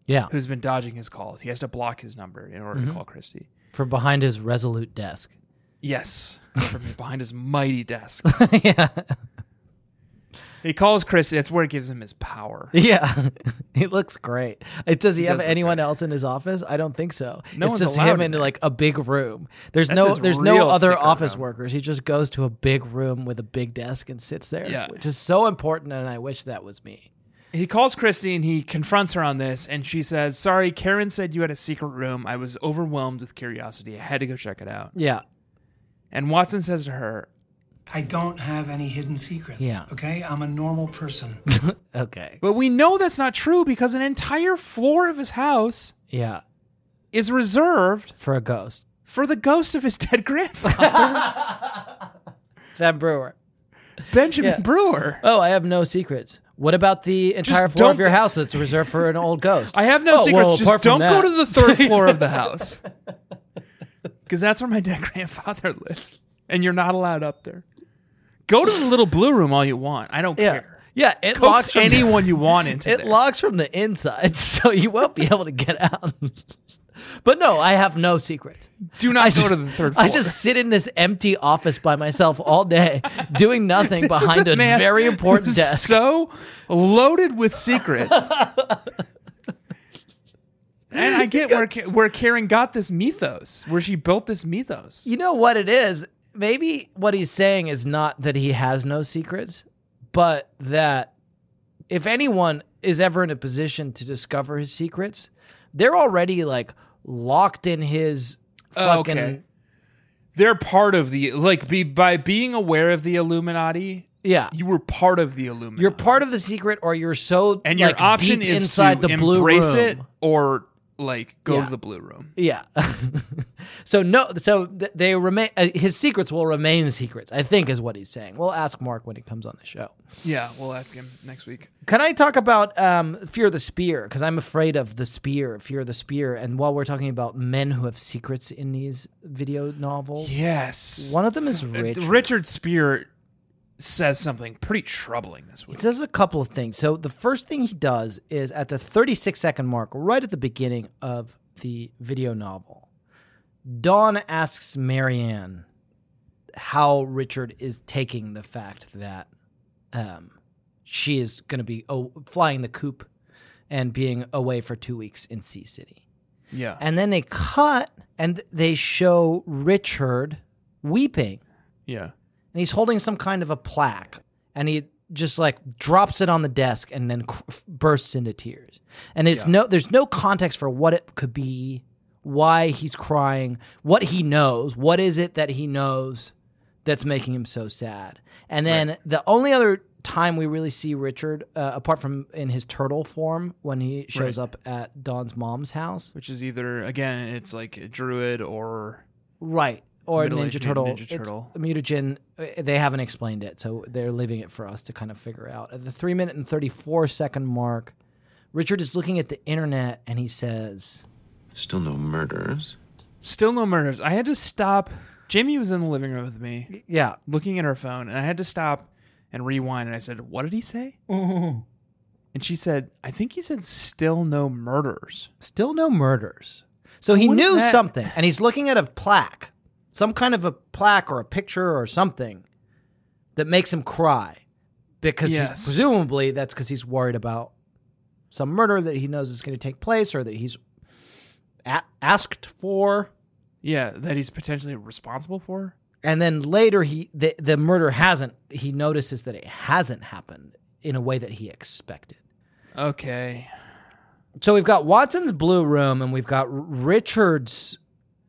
Speaker 2: Yeah.
Speaker 4: who's been dodging his calls. He has to block his number in order to call Christy.
Speaker 2: From behind his resolute desk. [laughs]
Speaker 4: Yes, from behind his mighty desk.
Speaker 2: yeah.
Speaker 4: He calls Christy. That's where it gives him his power.
Speaker 2: Yeah. [laughs] he looks great. It, does he,
Speaker 4: He
Speaker 2: have
Speaker 4: does look
Speaker 2: anyone else in his office? I don't think so.
Speaker 4: No
Speaker 2: it's
Speaker 4: one's
Speaker 2: just
Speaker 4: allowed
Speaker 2: him
Speaker 4: in
Speaker 2: in
Speaker 4: there.
Speaker 2: like a big room. There's
Speaker 4: That's
Speaker 2: no
Speaker 4: his
Speaker 2: there's no
Speaker 4: real
Speaker 2: other
Speaker 4: secret
Speaker 2: office
Speaker 4: room.
Speaker 2: workers. He just goes to a big room with a big desk and sits there,
Speaker 4: Yeah.
Speaker 2: which is so important and I wish that was me.
Speaker 4: He calls Christy and he confronts her on this, and she says, Sorry, Karen said you had a secret room. I was overwhelmed with curiosity. I had to go check it out.
Speaker 2: Yeah.
Speaker 4: And Watson says to her,
Speaker 10: I don't have any hidden secrets.
Speaker 2: Yeah.
Speaker 10: Okay? I'm a normal person.
Speaker 2: Okay.
Speaker 4: But we know that's not true because an entire floor of his house
Speaker 2: Yeah.
Speaker 4: is reserved
Speaker 2: For a ghost.
Speaker 4: for the ghost of his dead [laughs] grandfather,
Speaker 2: Fab Brewer.
Speaker 4: Benjamin
Speaker 2: Yeah.
Speaker 4: Brewer.
Speaker 2: Oh, I have no secrets. What about the entire floor
Speaker 4: don't
Speaker 2: of your
Speaker 4: go-
Speaker 2: house that's reserved for an old ghost?
Speaker 4: [laughs] I have no
Speaker 2: Oh,
Speaker 4: secrets.
Speaker 2: well,
Speaker 4: Just
Speaker 2: apart from
Speaker 4: don't
Speaker 2: that-
Speaker 4: go to the third floor of the house. Because that's where my dead grandfather [laughs] lives. And you're not allowed up there. Go to the little blue room all you want. I
Speaker 2: [laughs]
Speaker 4: don't
Speaker 2: yeah.
Speaker 4: care.
Speaker 2: Yeah, it locks
Speaker 4: Coax
Speaker 2: from
Speaker 4: anyone you want into
Speaker 2: the, [laughs] it
Speaker 4: there.
Speaker 2: locks from the inside, [laughs] so you won't be able to get out. [laughs] but no, I have no secret.
Speaker 4: Do not
Speaker 2: I
Speaker 4: go to the third floor.
Speaker 2: I
Speaker 4: [laughs]
Speaker 2: just sit in this empty office by myself all day, doing nothing
Speaker 4: This is
Speaker 2: behind a,
Speaker 4: man
Speaker 2: very important
Speaker 4: [laughs] who's
Speaker 2: desk.
Speaker 4: So loaded with secrets. and I get
Speaker 2: [laughs]
Speaker 4: where Ka- where Karen got this mythos, where she built this mythos.
Speaker 2: You know what it is? Maybe what he's saying is not that he has no secrets, but that if anyone is ever in a position to discover his secrets, they're already like locked in his
Speaker 4: Oh,
Speaker 2: fucking
Speaker 4: They're part of the like be by being aware of the Illuminati.
Speaker 2: yeah.
Speaker 4: You were part of the Illuminati.
Speaker 2: You're part of the secret, or you're so
Speaker 4: and your
Speaker 2: like,
Speaker 4: option
Speaker 2: deep
Speaker 4: is
Speaker 2: inside
Speaker 4: to
Speaker 2: the blue
Speaker 4: embrace
Speaker 2: room.
Speaker 4: it or like go
Speaker 2: Yeah.
Speaker 4: to the blue room.
Speaker 2: Yeah. [laughs] so no. So th- they remain. Uh, his secrets will remain secrets. I think is what he's saying. We'll ask Mark when he comes on the show.
Speaker 4: Yeah, we'll ask him next week.
Speaker 2: Can I talk about um, Fear the Spear? Because I'm afraid of the spear, Fear the Spear. And while we're talking about men who have secrets in these video novels,
Speaker 4: Yes,
Speaker 2: one of them is
Speaker 4: Uh,
Speaker 2: Richard.
Speaker 4: Richard Spear says something pretty troubling this
Speaker 2: He
Speaker 4: week.
Speaker 2: does a couple of things. So the first thing he does is at the 36 second mark, right at the beginning of the video novel, Dawn asks Marianne how Richard is taking the fact that um, she is going to be oh, flying the coop and being away for two weeks in Sea City.
Speaker 4: yeah.
Speaker 2: And then they cut and they show Richard weeping
Speaker 4: yeah.
Speaker 2: and he's holding some kind of a plaque and he just like drops it on the desk and then cr- bursts into tears and it's no there's no context for what it could be why he's crying what he knows what is it that he knows that's making him so sad and then the only other time we really see richard uh, apart from in his turtle form when he shows
Speaker 4: Right.
Speaker 2: up at don's mom's house
Speaker 4: Which is either again, it's like a druid or
Speaker 2: Right. Or
Speaker 4: Middle-aged
Speaker 2: Ninja Turtle.
Speaker 4: Ninja
Speaker 2: It's
Speaker 4: Turtle.
Speaker 2: a mutagen. uh, They haven't explained it, so they're leaving it for us to kind of figure out. At the three minute and 34 second mark, Richard is looking at the internet and he says,
Speaker 10: Still no murders.
Speaker 4: still no murders. I had to stop. Jamie was in the living room with me,
Speaker 2: Yeah,
Speaker 4: looking at her phone, and I had to stop and rewind. And I said, "What did
Speaker 2: [laughs]
Speaker 4: he say?" And she said, "I think he said still no murders."
Speaker 2: still no murders. So he
Speaker 4: What is
Speaker 2: knew
Speaker 4: that?
Speaker 2: something and he's looking at a plaque, some kind of a plaque or a picture or something that makes him cry because he's-
Speaker 4: Yes.
Speaker 2: presumably that's because he's worried about some murder that he knows is going to take place or that he's a- asked for.
Speaker 4: Yeah, that he's potentially responsible for.
Speaker 2: and then later he the, the murder hasn't he notices that it hasn't happened in a way that he expected
Speaker 4: Okay.
Speaker 2: so we've got watson's blue room and we've got R- richard's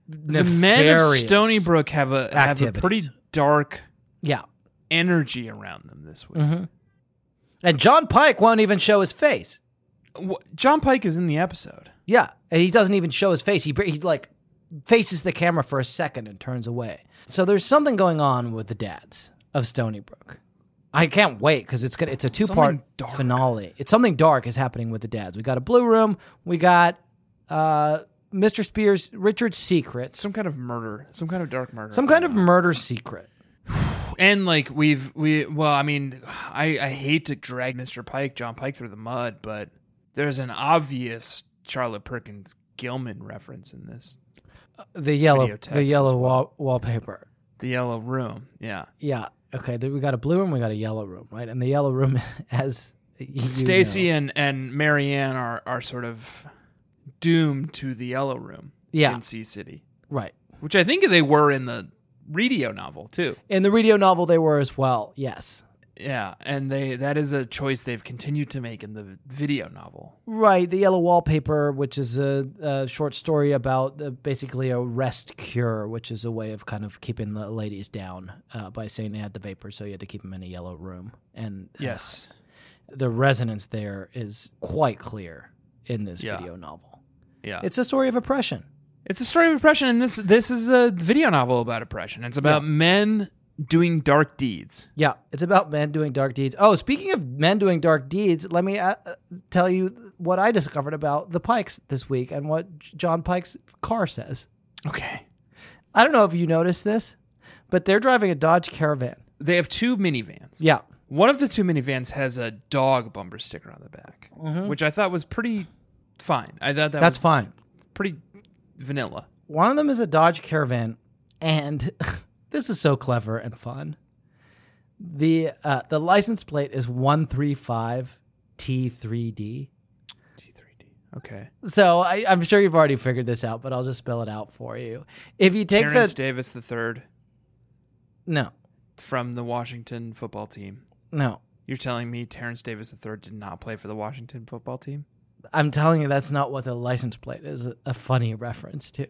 Speaker 4: The men of
Speaker 2: nefarious-
Speaker 4: Stony Brook have a have a pretty
Speaker 2: activities.
Speaker 4: dark
Speaker 2: yeah
Speaker 4: energy around them this week.
Speaker 2: Mm-hmm. and john pike won't even show his face
Speaker 4: Wh- John Pike is in the episode.
Speaker 2: yeah and he doesn't even show his face he, br- he like faces the camera for a second and turns away. So there's something going on with the dads of Stony Brook. I can't wait because it's gonna it's a two part
Speaker 4: Something dark.
Speaker 2: finale. It's something dark is happening with the dads. We got a blue room. We got uh, Mr. Spears, Richard's secret,
Speaker 4: Some kind of murder, some kind of dark murder,
Speaker 2: some kind of murder secret.
Speaker 4: and like we've we well, I mean, I I hate to drag Mr. Pike, John Pike, through the mud, but there's an obvious Charlotte Perkins Gilman reference in this,
Speaker 2: The yellow,
Speaker 4: Video text
Speaker 2: the
Speaker 4: as
Speaker 2: yellow
Speaker 4: well.
Speaker 2: wall, wallpaper. The
Speaker 4: the Yellow Room. Yeah,
Speaker 2: yeah. Okay. There, we got a blue room. We got a yellow room, right? And the yellow room [laughs] as you
Speaker 4: Stacy
Speaker 2: know-
Speaker 4: and and Marianne are are sort of doomed to the Yellow Room.
Speaker 2: Yeah.
Speaker 4: in Sea City,
Speaker 2: right.
Speaker 4: which I think they were in the Redio novel too.
Speaker 2: In the radio novel, they were as well. Yes.
Speaker 4: Yeah, and they that is a choice they've continued to make in the video
Speaker 2: [sighs]
Speaker 4: novel.
Speaker 2: Right, the yellow wallpaper, which is a, a short story about uh, basically a rest cure, which is a way of kind of keeping the ladies down uh, by saying they had the vapor, so you had to keep them in a yellow room. And uh,
Speaker 4: Yes.
Speaker 2: the resonance there is quite clear in this
Speaker 4: Yeah.
Speaker 2: video novel.
Speaker 4: Yeah. It's
Speaker 2: It's a story of oppression.
Speaker 4: it's a story of oppression and this this is a video novel about oppression. It's about men doing dark deeds.
Speaker 2: Yeah, it's about men doing dark deeds. Oh, speaking of men doing dark deeds, let me uh, uh, tell you what I discovered about the Pikes this week and what J- John Pike's car says.
Speaker 4: Okay.
Speaker 2: I don't know if you noticed this, but they're driving a Dodge Caravan.
Speaker 4: They have two minivans.
Speaker 2: Yeah.
Speaker 4: One of the two minivans has a dog bumper sticker on the back, which I thought was pretty fine. I thought that
Speaker 2: Mm-hmm. That's
Speaker 4: was
Speaker 2: fine.
Speaker 4: pretty vanilla.
Speaker 2: One of them is a Dodge Caravan, and [laughs] this is so clever and fun. The uh, the license plate is one three five T three D.
Speaker 4: Okay.
Speaker 2: So I, I'm sure you've already figured this out, but I'll just spell it out for you. If you take
Speaker 4: Terrence
Speaker 2: the
Speaker 4: Davis the third
Speaker 2: no
Speaker 4: from the Washington football team.
Speaker 2: no,
Speaker 4: You're telling me Terrence Davis III did not play for the Washington football team?
Speaker 2: I'm telling you that's not what the license plate is. A funny reference to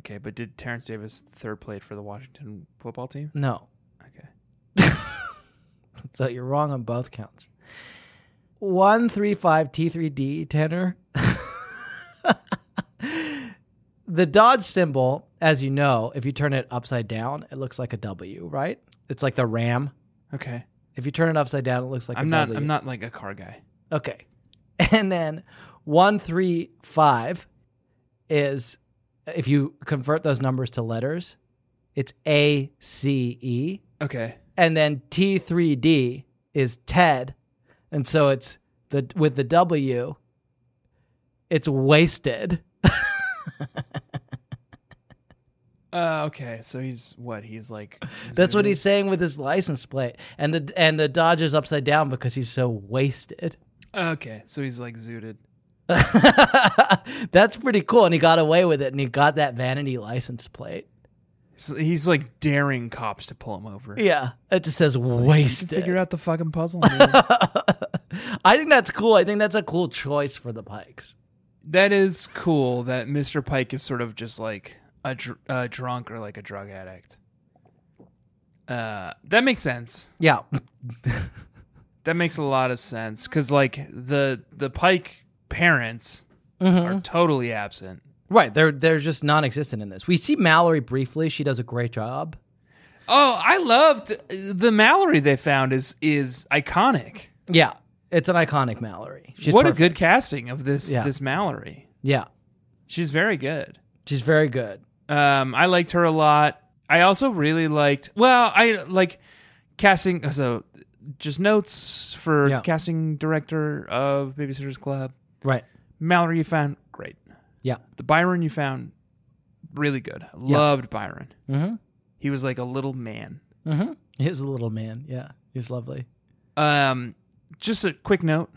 Speaker 4: Okay, but did Terrence Davis III play for the Washington football team?
Speaker 2: no.
Speaker 4: Okay.
Speaker 2: So you're wrong on both counts. One three five T three D Tanner. [laughs] the Dodge symbol, as you know, if you turn it upside down, it looks like a W, right? It's like the Ram.
Speaker 4: Okay.
Speaker 2: If you turn it upside down, it looks like a
Speaker 4: I'm not
Speaker 2: W.
Speaker 4: I'm not like a car guy.
Speaker 2: Okay. [laughs] And then 135 is, if you convert those numbers to letters, it's A C E.
Speaker 4: Okay.
Speaker 2: And then T3D is Ted. And so it's the with the W, it's wasted.
Speaker 4: Uh okay, so he's what? He's [laughs] like
Speaker 2: That's what
Speaker 4: Zulu?
Speaker 2: he's saying with his license plate. And the and the Dodge is upside down because he's so wasted. [laughs]
Speaker 4: Okay, so he's like zooted.
Speaker 2: That's pretty cool. And he got away with it and he got that vanity license plate.
Speaker 4: So he's like daring cops to pull him over.
Speaker 2: Yeah, it just says
Speaker 4: You
Speaker 2: wasted.
Speaker 4: Figure out the fucking [laughs] puzzle. man.
Speaker 2: I think that's cool. I think that's a cool choice for the Pikes.
Speaker 4: that is cool that Mr. Pike is sort of just like a, dr- a drunk or like a drug addict. Uh, that makes sense.
Speaker 2: Yeah, [laughs]
Speaker 4: That makes a lot of sense because like the the Pike parents are totally absent.
Speaker 2: right. They're they're just non-existent in this. We see Mallory briefly. She does a great job.
Speaker 4: Oh, I loved the Mallory they found is is iconic.
Speaker 2: Yeah, it's an iconic Mallory. She's
Speaker 4: what
Speaker 2: perfect.
Speaker 4: a good casting of this
Speaker 2: Yeah.
Speaker 4: this Mallory.
Speaker 2: Yeah,
Speaker 4: She's very good.
Speaker 2: she's very good.
Speaker 4: Um, I liked her a lot. I also really liked. Well, I like casting. So, just notes for
Speaker 2: Yeah.
Speaker 4: casting director of Babysitters Club.
Speaker 2: Right.
Speaker 4: Mallory, you found great.
Speaker 2: Yeah.
Speaker 4: The Byron you found really good. Loved Byron.
Speaker 2: Mhm.
Speaker 4: He was like a little man.
Speaker 2: Mm-hmm. He was a little man. Yeah, he was lovely.
Speaker 4: Um, just a quick note.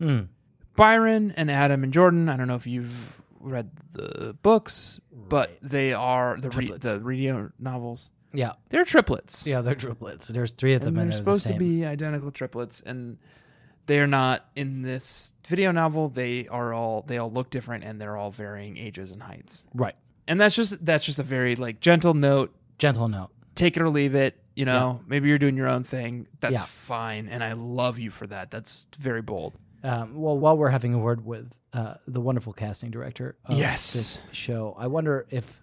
Speaker 2: Mm.
Speaker 4: Byron and Adam and Jordan. I don't know if you've read the books, but they are the re-
Speaker 2: Triplets.
Speaker 4: the radio novels.
Speaker 2: Yeah,
Speaker 4: They're triplets.
Speaker 2: yeah. They're triplets. There's three of them,
Speaker 4: and
Speaker 2: and
Speaker 4: they're supposed
Speaker 2: the
Speaker 4: to
Speaker 2: same.
Speaker 4: be identical triplets, and they are not in this video novel. They are all they all look different, and they're all varying ages and heights.
Speaker 2: right.
Speaker 4: And that's just that's just a very like gentle note.
Speaker 2: Gentle note.
Speaker 4: Take it or leave it. You know, maybe you're doing your own thing. That's
Speaker 2: Yeah.
Speaker 4: fine, and I love you for that. That's very bold.
Speaker 2: Um, well, while we're having a word with uh, the wonderful casting director of
Speaker 4: Yes.
Speaker 2: this show, I wonder if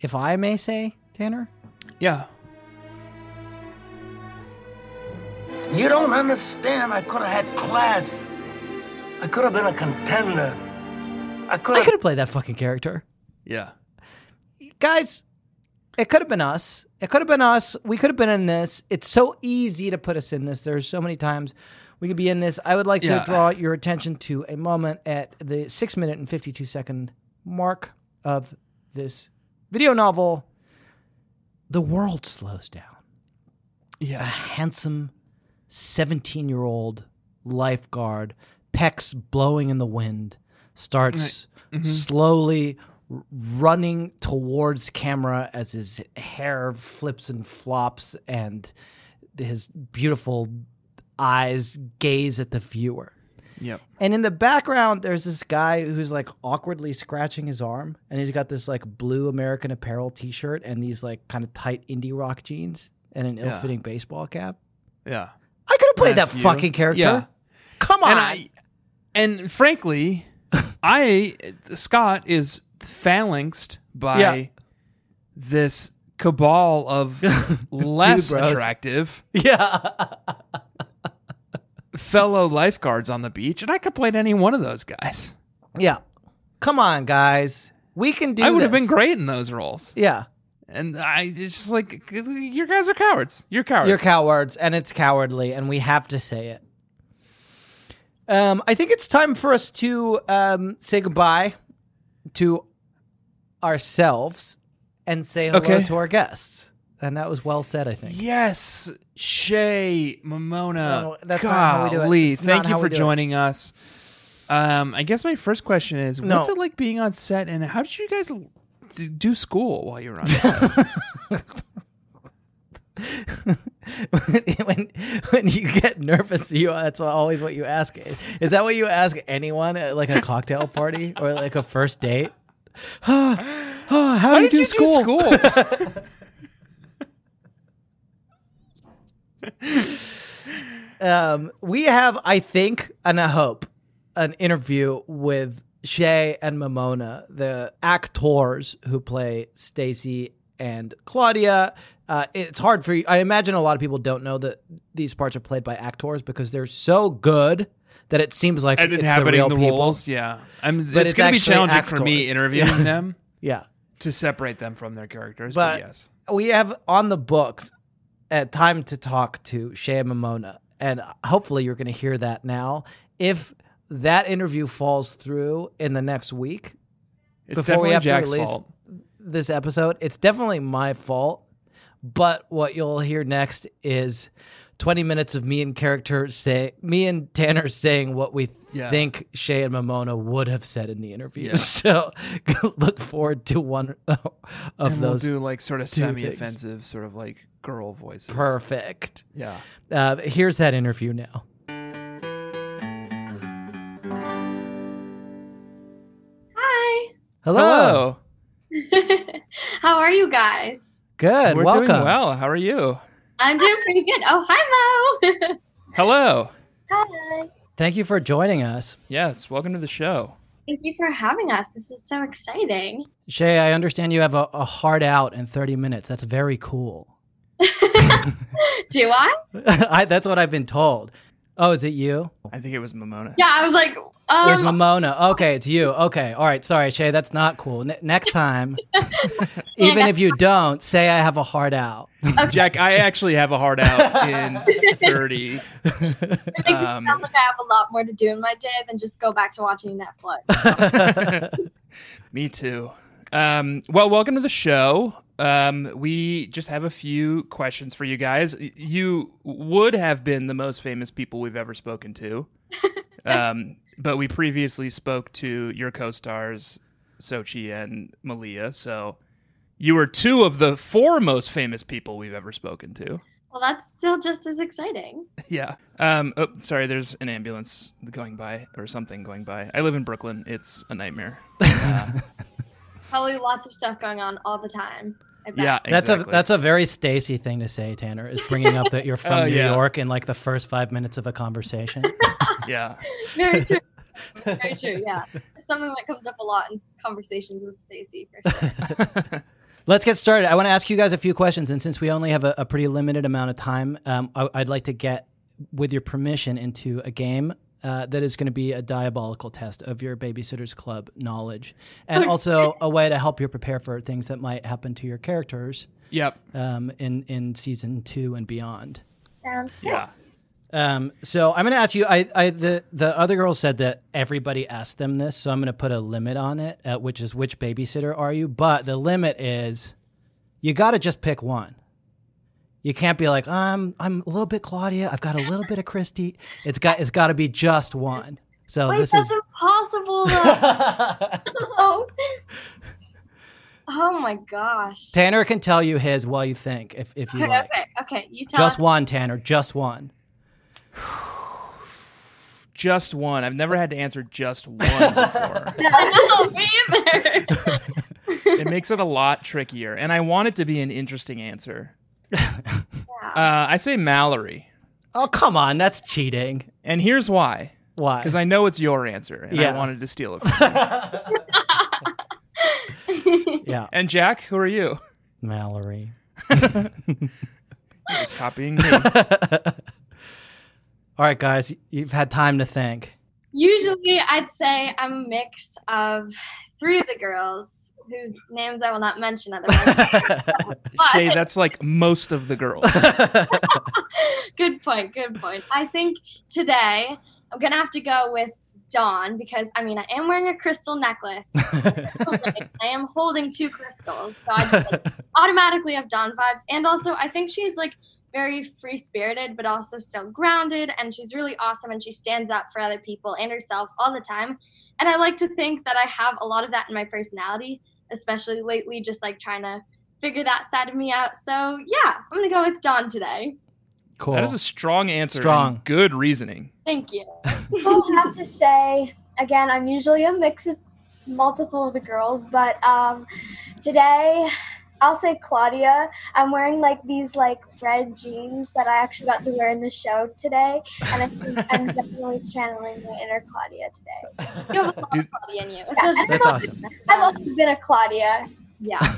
Speaker 2: if I may say, Tanner.
Speaker 4: Yeah.
Speaker 11: You don't understand. I could have had class. I could have been a contender. I could
Speaker 2: I
Speaker 11: have.
Speaker 2: could have played that fucking character.
Speaker 4: Yeah.
Speaker 2: Guys, it could have been us. It could have been us. We could have been in this. It's so easy to put us in this. There's so many times we could be in this. I would like
Speaker 4: Yeah.
Speaker 2: to draw your attention to a moment at the six minute and 52 second mark of this video novel. The world slows down. a
Speaker 4: Yeah.
Speaker 2: handsome 17 year old lifeguard, pecs blowing in the wind, starts slowly r- running towards camera as his hair flips and flops and his beautiful eyes gaze at the viewer.
Speaker 4: Yep.
Speaker 2: And in the background, there's this guy who's like awkwardly scratching his arm, and he's got this like blue American Apparel T-shirt and these like kind of tight indie rock jeans and an ill-fitting baseball cap.
Speaker 4: Yeah.
Speaker 2: I could have played
Speaker 4: That's
Speaker 2: that
Speaker 4: you.
Speaker 2: fucking character.
Speaker 4: Yeah.
Speaker 2: Come on,
Speaker 4: And I
Speaker 2: [laughs]
Speaker 4: and frankly, I Scott is phalanxed by
Speaker 2: Yeah.
Speaker 4: this
Speaker 2: [laughs]
Speaker 4: cabal of less
Speaker 2: Dude bros.
Speaker 4: attractive [laughs]
Speaker 2: yeah,
Speaker 4: fellow lifeguards on the beach, and I could play any one of those guys.
Speaker 2: yeah. Come on, guys, we can do.
Speaker 4: I would have
Speaker 2: this.
Speaker 4: been great in those roles.
Speaker 2: Yeah,
Speaker 4: And I it's just like you guys are cowards. You're cowards.
Speaker 2: you're cowards, and it's cowardly, and we have to say it. Um, I think it's time for us to um, say goodbye to ourselves and say hello
Speaker 4: Okay.
Speaker 2: to our guests. And that was well said, I think.
Speaker 4: Yes, Shay Mamona.
Speaker 2: No, that's not how we do it.
Speaker 4: Golly,
Speaker 2: It's
Speaker 4: thank
Speaker 2: not
Speaker 4: you
Speaker 2: how
Speaker 4: for
Speaker 2: we do it.
Speaker 4: joining us. Um, I guess my first question is,
Speaker 2: No.
Speaker 4: what's it like being on set, and how did you guys l- d- do school
Speaker 2: [laughs]
Speaker 4: while you were on set?
Speaker 2: [laughs] when when you get nervous, you that's what- always what you ask. Is that what you ask anyone at like a cocktail party or like a first date? [sighs] how, do you do school? [laughs]
Speaker 4: school?
Speaker 2: Um, we have, I think, and I hope, an interview with Shay and Mamona, the actors who play Stacy and Claudia. Uh, it's hard for you. I imagine a lot of people don't know that these parts are played by actors because they're so good that it seems like
Speaker 4: and
Speaker 2: it's
Speaker 4: inhabiting
Speaker 2: real
Speaker 4: the,
Speaker 2: people.
Speaker 4: roles, yeah. I'm, it's,
Speaker 2: it's
Speaker 4: going to be
Speaker 2: actually
Speaker 4: challenging for me
Speaker 2: actors. [laughs]
Speaker 4: interviewing them
Speaker 2: Yeah.
Speaker 4: to separate them from their characters.
Speaker 2: But
Speaker 4: But, yes,
Speaker 2: we have on the books uh, time to talk to Shea Mamona, and hopefully you're going to hear that now. If that interview falls through in the next week,
Speaker 4: it's
Speaker 2: before we
Speaker 4: definitely
Speaker 2: have to
Speaker 4: Jack's
Speaker 2: release-
Speaker 4: fault.
Speaker 2: this episode, it's definitely my fault. But what you'll hear next is 20 minutes of me and character say me and Tanner saying what we
Speaker 4: Yeah.
Speaker 2: think Shay and Mamona would have said in the interview. [laughs]
Speaker 4: Yeah.
Speaker 2: So look forward to one [laughs] of
Speaker 4: and
Speaker 2: those.
Speaker 4: we'll do like sort of
Speaker 2: two things.
Speaker 4: semi-offensive, sort of like girl voices.
Speaker 2: Perfect.
Speaker 4: Yeah.
Speaker 2: Uh, here's that interview now.
Speaker 12: Hi.
Speaker 2: Hello.
Speaker 12: How are you guys?
Speaker 2: Good.
Speaker 4: We're
Speaker 2: Welcome.
Speaker 4: doing well. How are you?
Speaker 12: I'm doing pretty good. Oh, hi, Mo. [laughs]
Speaker 4: Hello.
Speaker 12: hi.
Speaker 2: Thank you for joining us.
Speaker 4: Yes. Welcome to the show.
Speaker 12: Thank you for having us. This is so exciting.
Speaker 2: Shay, I understand you have a, a hard out in 30 minutes. That's very cool. [laughs]
Speaker 12: Do I?
Speaker 2: I, that's what I've been told. Oh, is it you?
Speaker 4: I think it was Mamona.
Speaker 12: Yeah, I was like,
Speaker 2: Where's
Speaker 12: um,
Speaker 2: Mamona? Okay, it's you. Okay. All right. Sorry, Shay. That's not cool. Ne- next time, even if you don't, say I have a hard out.
Speaker 4: Jack, I actually have a hard out in 30.
Speaker 12: it makes
Speaker 4: um,
Speaker 12: me sound like I have a lot more to do in my day than just go back to watching Netflix.
Speaker 4: Me too. Um, well, welcome to the show. Um, we just have a few questions for you guys. Y- You would have been the most famous people we've ever spoken to. Um, but we previously spoke to your co stars, Sochi and Malia. So you were two of the four most famous people we've ever spoken to.
Speaker 12: [laughs] well, that's still just as exciting.
Speaker 4: Yeah. Um, oh, sorry, there's an ambulance going by or something going by. I live in Brooklyn. It's a nightmare.
Speaker 2: [laughs]
Speaker 12: Probably lots of stuff going on all the time. I bet.
Speaker 4: Yeah.
Speaker 2: That's a
Speaker 4: exactly.
Speaker 2: that's a very Stacy thing to say, Tanner, is bringing up
Speaker 4: [laughs]
Speaker 2: that you're from
Speaker 4: Oh,
Speaker 2: New
Speaker 4: yeah.
Speaker 2: York in like the first five minutes of a conversation.
Speaker 4: Yeah.
Speaker 12: [laughs]
Speaker 2: [laughs]
Speaker 12: Very true. Very true. Yeah. It's something that comes up a lot in conversations with Stacy. For sure.
Speaker 2: Let's get started. I want to ask you guys a few questions, and since we only have a, a pretty limited amount of time, um, I, would like to get, with your permission, into a game uh, that is going to be a diabolical test of your Babysitters Club knowledge, and also a way to help you prepare for things that might happen to your characters.
Speaker 4: Yep.
Speaker 2: Um, in in season two and beyond.
Speaker 12: Sounds
Speaker 4: Yeah.
Speaker 2: Um, so I'm going to ask you. I, I the the other girl said that everybody asked them this, so I'm going to put a limit on it, uh, which is which babysitter are you? But the limit is, you got to just pick one. You can't be like I'm. I'm a little bit Claudia. I've got a little bit of Christy. It's got. It's got to be just one. So
Speaker 12: Wait,
Speaker 2: this
Speaker 12: that's
Speaker 2: is. [laughs]
Speaker 12: impossible. though. oh my gosh.
Speaker 2: Tanner can tell you his while you think, if if you
Speaker 12: okay,
Speaker 2: like.
Speaker 12: okay, okay. You tell
Speaker 2: Just
Speaker 12: us. [laughs]
Speaker 2: one, Tanner. Just one.
Speaker 4: Just one. I've never had to answer just
Speaker 2: [laughs]
Speaker 4: one before.
Speaker 12: no, me either.
Speaker 4: it makes it a lot trickier, and I want it to be an interesting
Speaker 2: [laughs]
Speaker 4: answer. uh, I say Mallory,
Speaker 2: Oh come on, that's cheating.
Speaker 4: and here's why.
Speaker 2: Why?
Speaker 4: Because I know it's your answer, and
Speaker 2: Yeah.
Speaker 4: I wanted to steal it. From you.
Speaker 2: [laughs] yeah,
Speaker 4: and Jack, who are you?
Speaker 2: Mallory.
Speaker 4: You're Just copying me.
Speaker 2: [laughs] All right, guys, you've had time to
Speaker 4: [laughs]
Speaker 2: think.
Speaker 12: Usually, I'd say I'm a mix of three of the girls whose names I will not mention otherwise.
Speaker 4: Shay, that's like most of the girls.
Speaker 12: [laughs] good point. Good point. I think today I'm gonna have to go with Dawn because I mean I am wearing a crystal necklace. I am holding two crystals, so I just like, automatically have Dawn vibes. And also, I think she's like very free spirited, but also still grounded. And she's really awesome, and she stands up for other people and herself all the time. And I like to think that I have a lot of that in my personality, especially lately, just like trying to figure that side of me out. So yeah, I'm gonna go with Dawn today.
Speaker 2: cool.
Speaker 4: That is a strong answer.
Speaker 2: Strong.
Speaker 4: and good reasoning.
Speaker 12: Thank you.
Speaker 13: I'll have to say again, I'm usually a mix of multiple of the girls, but um, today I'll say Claudia. I'm wearing like these like red jeans that I actually got to wear in the show today, and I think
Speaker 12: [laughs]
Speaker 13: I'm definitely channeling my inner Claudia today.
Speaker 12: You have a lot
Speaker 4: Did-
Speaker 12: of Claudia in you.
Speaker 13: Yeah,
Speaker 12: Especially
Speaker 2: That's awesome.
Speaker 13: I've always been a Claudia.
Speaker 12: yeah.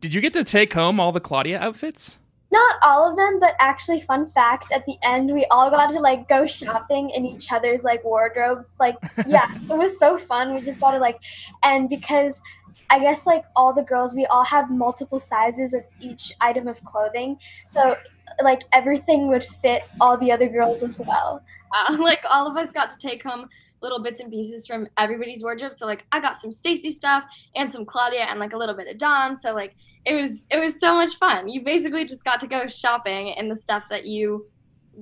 Speaker 4: Did you get to take home all the Claudia outfits?
Speaker 13: Not all of them, but actually, fun fact: at the end, we all got to like go shopping in each other's like wardrobe. Like, yeah, it was so fun. We just got to like, and because I guess like all the girls, we all have multiple sizes of each item of clothing, so like everything would fit all the other girls as well.
Speaker 12: Uh, [laughs] like all of us got to take home little bits and pieces from everybody's wardrobe. So like I got some Stacy stuff and some Claudia and like a little bit of Dawn. So like it was it was so much fun. You basically just got to go shopping in the stuff that you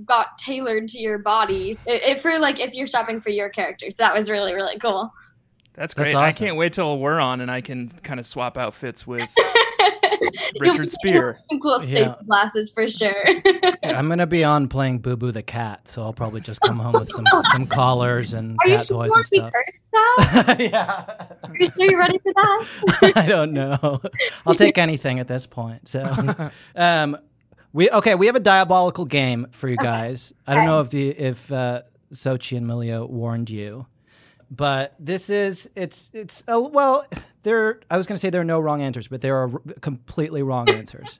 Speaker 12: got tailored to your body. I- If for like if you're shopping for your character. So that was really really cool. [laughs]
Speaker 4: That's great.
Speaker 2: That's
Speaker 4: I
Speaker 2: awesome.
Speaker 4: can't wait till we're on and I can kind of swap outfits with
Speaker 12: You'll
Speaker 4: Richard
Speaker 12: be
Speaker 4: Spear.
Speaker 12: wearing Cool Stacy
Speaker 2: Yeah.
Speaker 12: glasses for [laughs] sure.
Speaker 2: I'm gonna be on playing Boo Boo the cat, so I'll probably just come home with some
Speaker 12: [laughs]
Speaker 2: some collars and
Speaker 12: Are you
Speaker 2: cat
Speaker 12: sure
Speaker 2: toys
Speaker 12: you
Speaker 2: and
Speaker 12: want to be
Speaker 2: stuff.
Speaker 12: [laughs] first though?
Speaker 2: yeah,
Speaker 12: Are you sure you're ready [laughs] for that?
Speaker 2: [laughs] I don't know. I'll take anything at this point. So, um, we okay. We have a diabolical game for you guys. I don't know if the if uh, Sochi and Milio warned you, but this is it's it's uh, well. There, I was going to say there are no wrong answers, but there are r- completely wrong answers.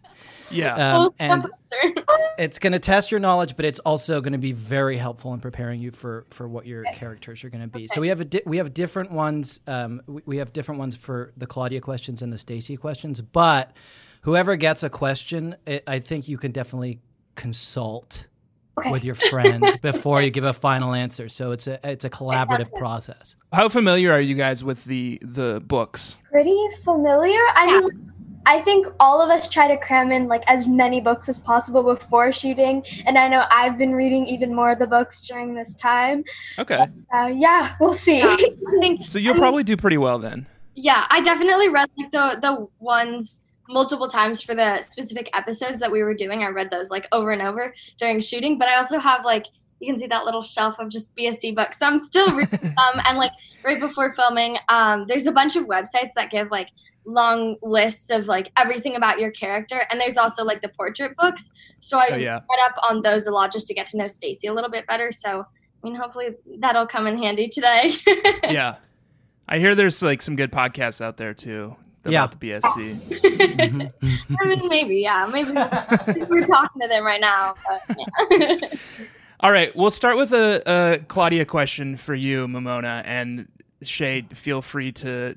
Speaker 4: Yeah.
Speaker 2: Um,
Speaker 12: Full
Speaker 2: and
Speaker 12: temperature.
Speaker 2: it's going to test your knowledge, but it's also going to be very helpful in preparing you for for what your characters are going to be. So we have a di- we have different ones. Um, we, we have different ones for the Claudia questions and the Stacy questions. But whoever gets a question, it, I think you can definitely consult with your friend before you give a final answer. So it's a it's a collaborative process. [laughs]
Speaker 4: How familiar are you guys with the the books?
Speaker 13: Pretty familiar. I mean, I think all of us try to cram in like as many books as possible before shooting, and I know I've been reading even more of the books during this time.
Speaker 4: Okay.
Speaker 13: Uh, yeah, we'll see. [laughs]
Speaker 12: Yeah. I think
Speaker 4: So you'll probably do pretty well then.
Speaker 12: Yeah, I definitely read like the the ones multiple times for the specific episodes that we were doing. I read those like over and over during shooting, but I also have like you can see that little shelf of just BSC books. So I'm still
Speaker 4: [laughs]
Speaker 12: reading some and like right before filming, um, there's a bunch of websites that give like long lists of like everything about your character and there's also like the portrait books. So I
Speaker 4: Oh, yeah.
Speaker 12: read up on those a lot just to get to know Stacy a little bit better. So I mean hopefully that'll come in handy today. [laughs]
Speaker 4: Yeah. I hear there's like some good podcasts out there too
Speaker 2: Yeah.
Speaker 4: about the BSC.
Speaker 12: I mean, maybe, yeah,
Speaker 4: [laughs]
Speaker 12: maybe we're talking to them right now. But, yeah. [laughs]
Speaker 4: All right, we'll start with a, a Claudia question for you, Mamona, and Shay. Feel free to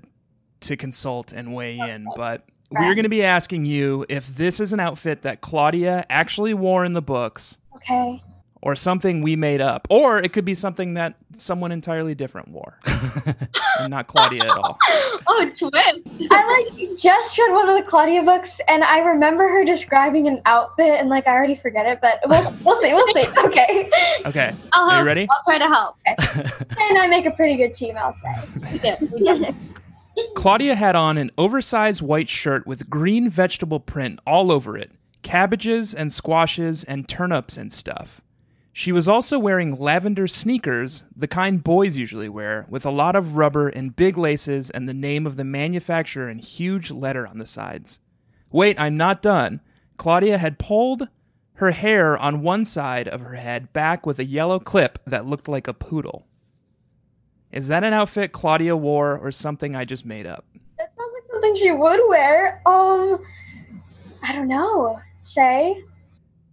Speaker 4: to consult and weigh in, but we're going to be asking you if this is an outfit that Claudia actually wore in the books,
Speaker 13: okay.
Speaker 4: or something we made up, or it could be something that someone entirely different wore, and not Claudia at all.
Speaker 12: oh, twist.
Speaker 13: I like just read one of the Claudia books, and I remember her describing an outfit, and like I already forget it, but we'll, we'll see, we'll see. Okay,
Speaker 4: Okay,
Speaker 12: I'll
Speaker 4: are
Speaker 12: help.
Speaker 4: you ready?
Speaker 12: I'll try
Speaker 4: [laughs]
Speaker 12: to help.
Speaker 13: and I make a pretty good team. I'll say.
Speaker 12: We do, we do.
Speaker 4: Claudia had on an oversized white shirt with green vegetable print all over it cabbages and squashes and turnips and stuff. She was also wearing lavender sneakers, the kind boys usually wear, with a lot of rubber and big laces and the name of the manufacturer in huge letter on the sides. Wait, I'm not done. Claudia had pulled her hair on one side of her head back with a yellow clip that looked like a poodle. Is that an outfit Claudia wore or something I just made up?
Speaker 13: That sounds like something she would wear. Um, I don't know, Shay.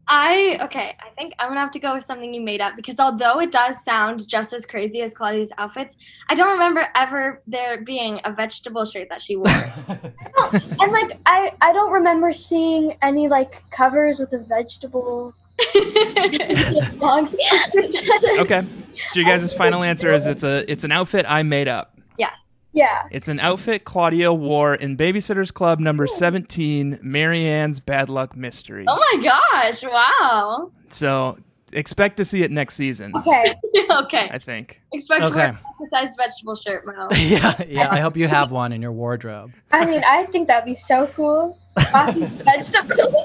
Speaker 12: I okay. I think I'm gonna have to go with something you made up because although it does sound just as crazy as Claudia's outfits, I don't remember ever there being a vegetable shirt that she wore.
Speaker 13: And like I, I don't remember seeing any like covers with a
Speaker 12: [laughs]
Speaker 13: vegetable.
Speaker 4: Okay. So your guys' final answer is it's a it's an outfit I made up.
Speaker 12: yes.
Speaker 13: Yeah.
Speaker 4: It's an outfit Claudia wore in Babysitter's Club number 17, Marianne's Bad Luck Mystery.
Speaker 12: Oh my gosh! Wow.
Speaker 4: So expect to see it next season,
Speaker 13: Okay.
Speaker 12: [laughs] okay.
Speaker 4: I think.
Speaker 12: Expect
Speaker 2: Okay.
Speaker 12: okay. a sized vegetable shirt, Mo.
Speaker 2: yeah, yeah. I hope you have one in your wardrobe.
Speaker 13: I mean, I think that'd be so cool. Lots
Speaker 2: [laughs]
Speaker 13: of vegetables.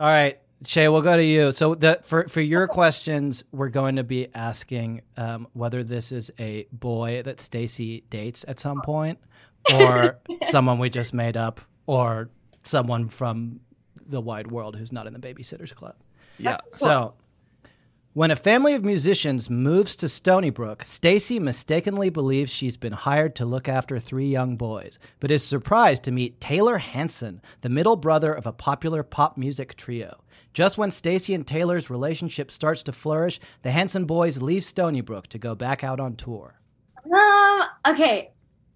Speaker 2: All right, Shay, we'll go to you. So the for for your questions, we're going to be asking um, whether this is a boy that Stacy dates at some point, or someone we just made up, or someone from the wide world who's not in the Babysitters Club.
Speaker 4: Yeah.
Speaker 2: So, when a family of musicians moves to Stony Brook, Stacy mistakenly believes she's been hired to look after three young boys, but is surprised to meet Taylor Hanson, the middle brother of a popular pop music trio. Just when Stacy and Taylor's relationship starts to flourish, the Hanson boys leave Stony Brook to go back out on tour.
Speaker 12: [laughs] Um. Okay.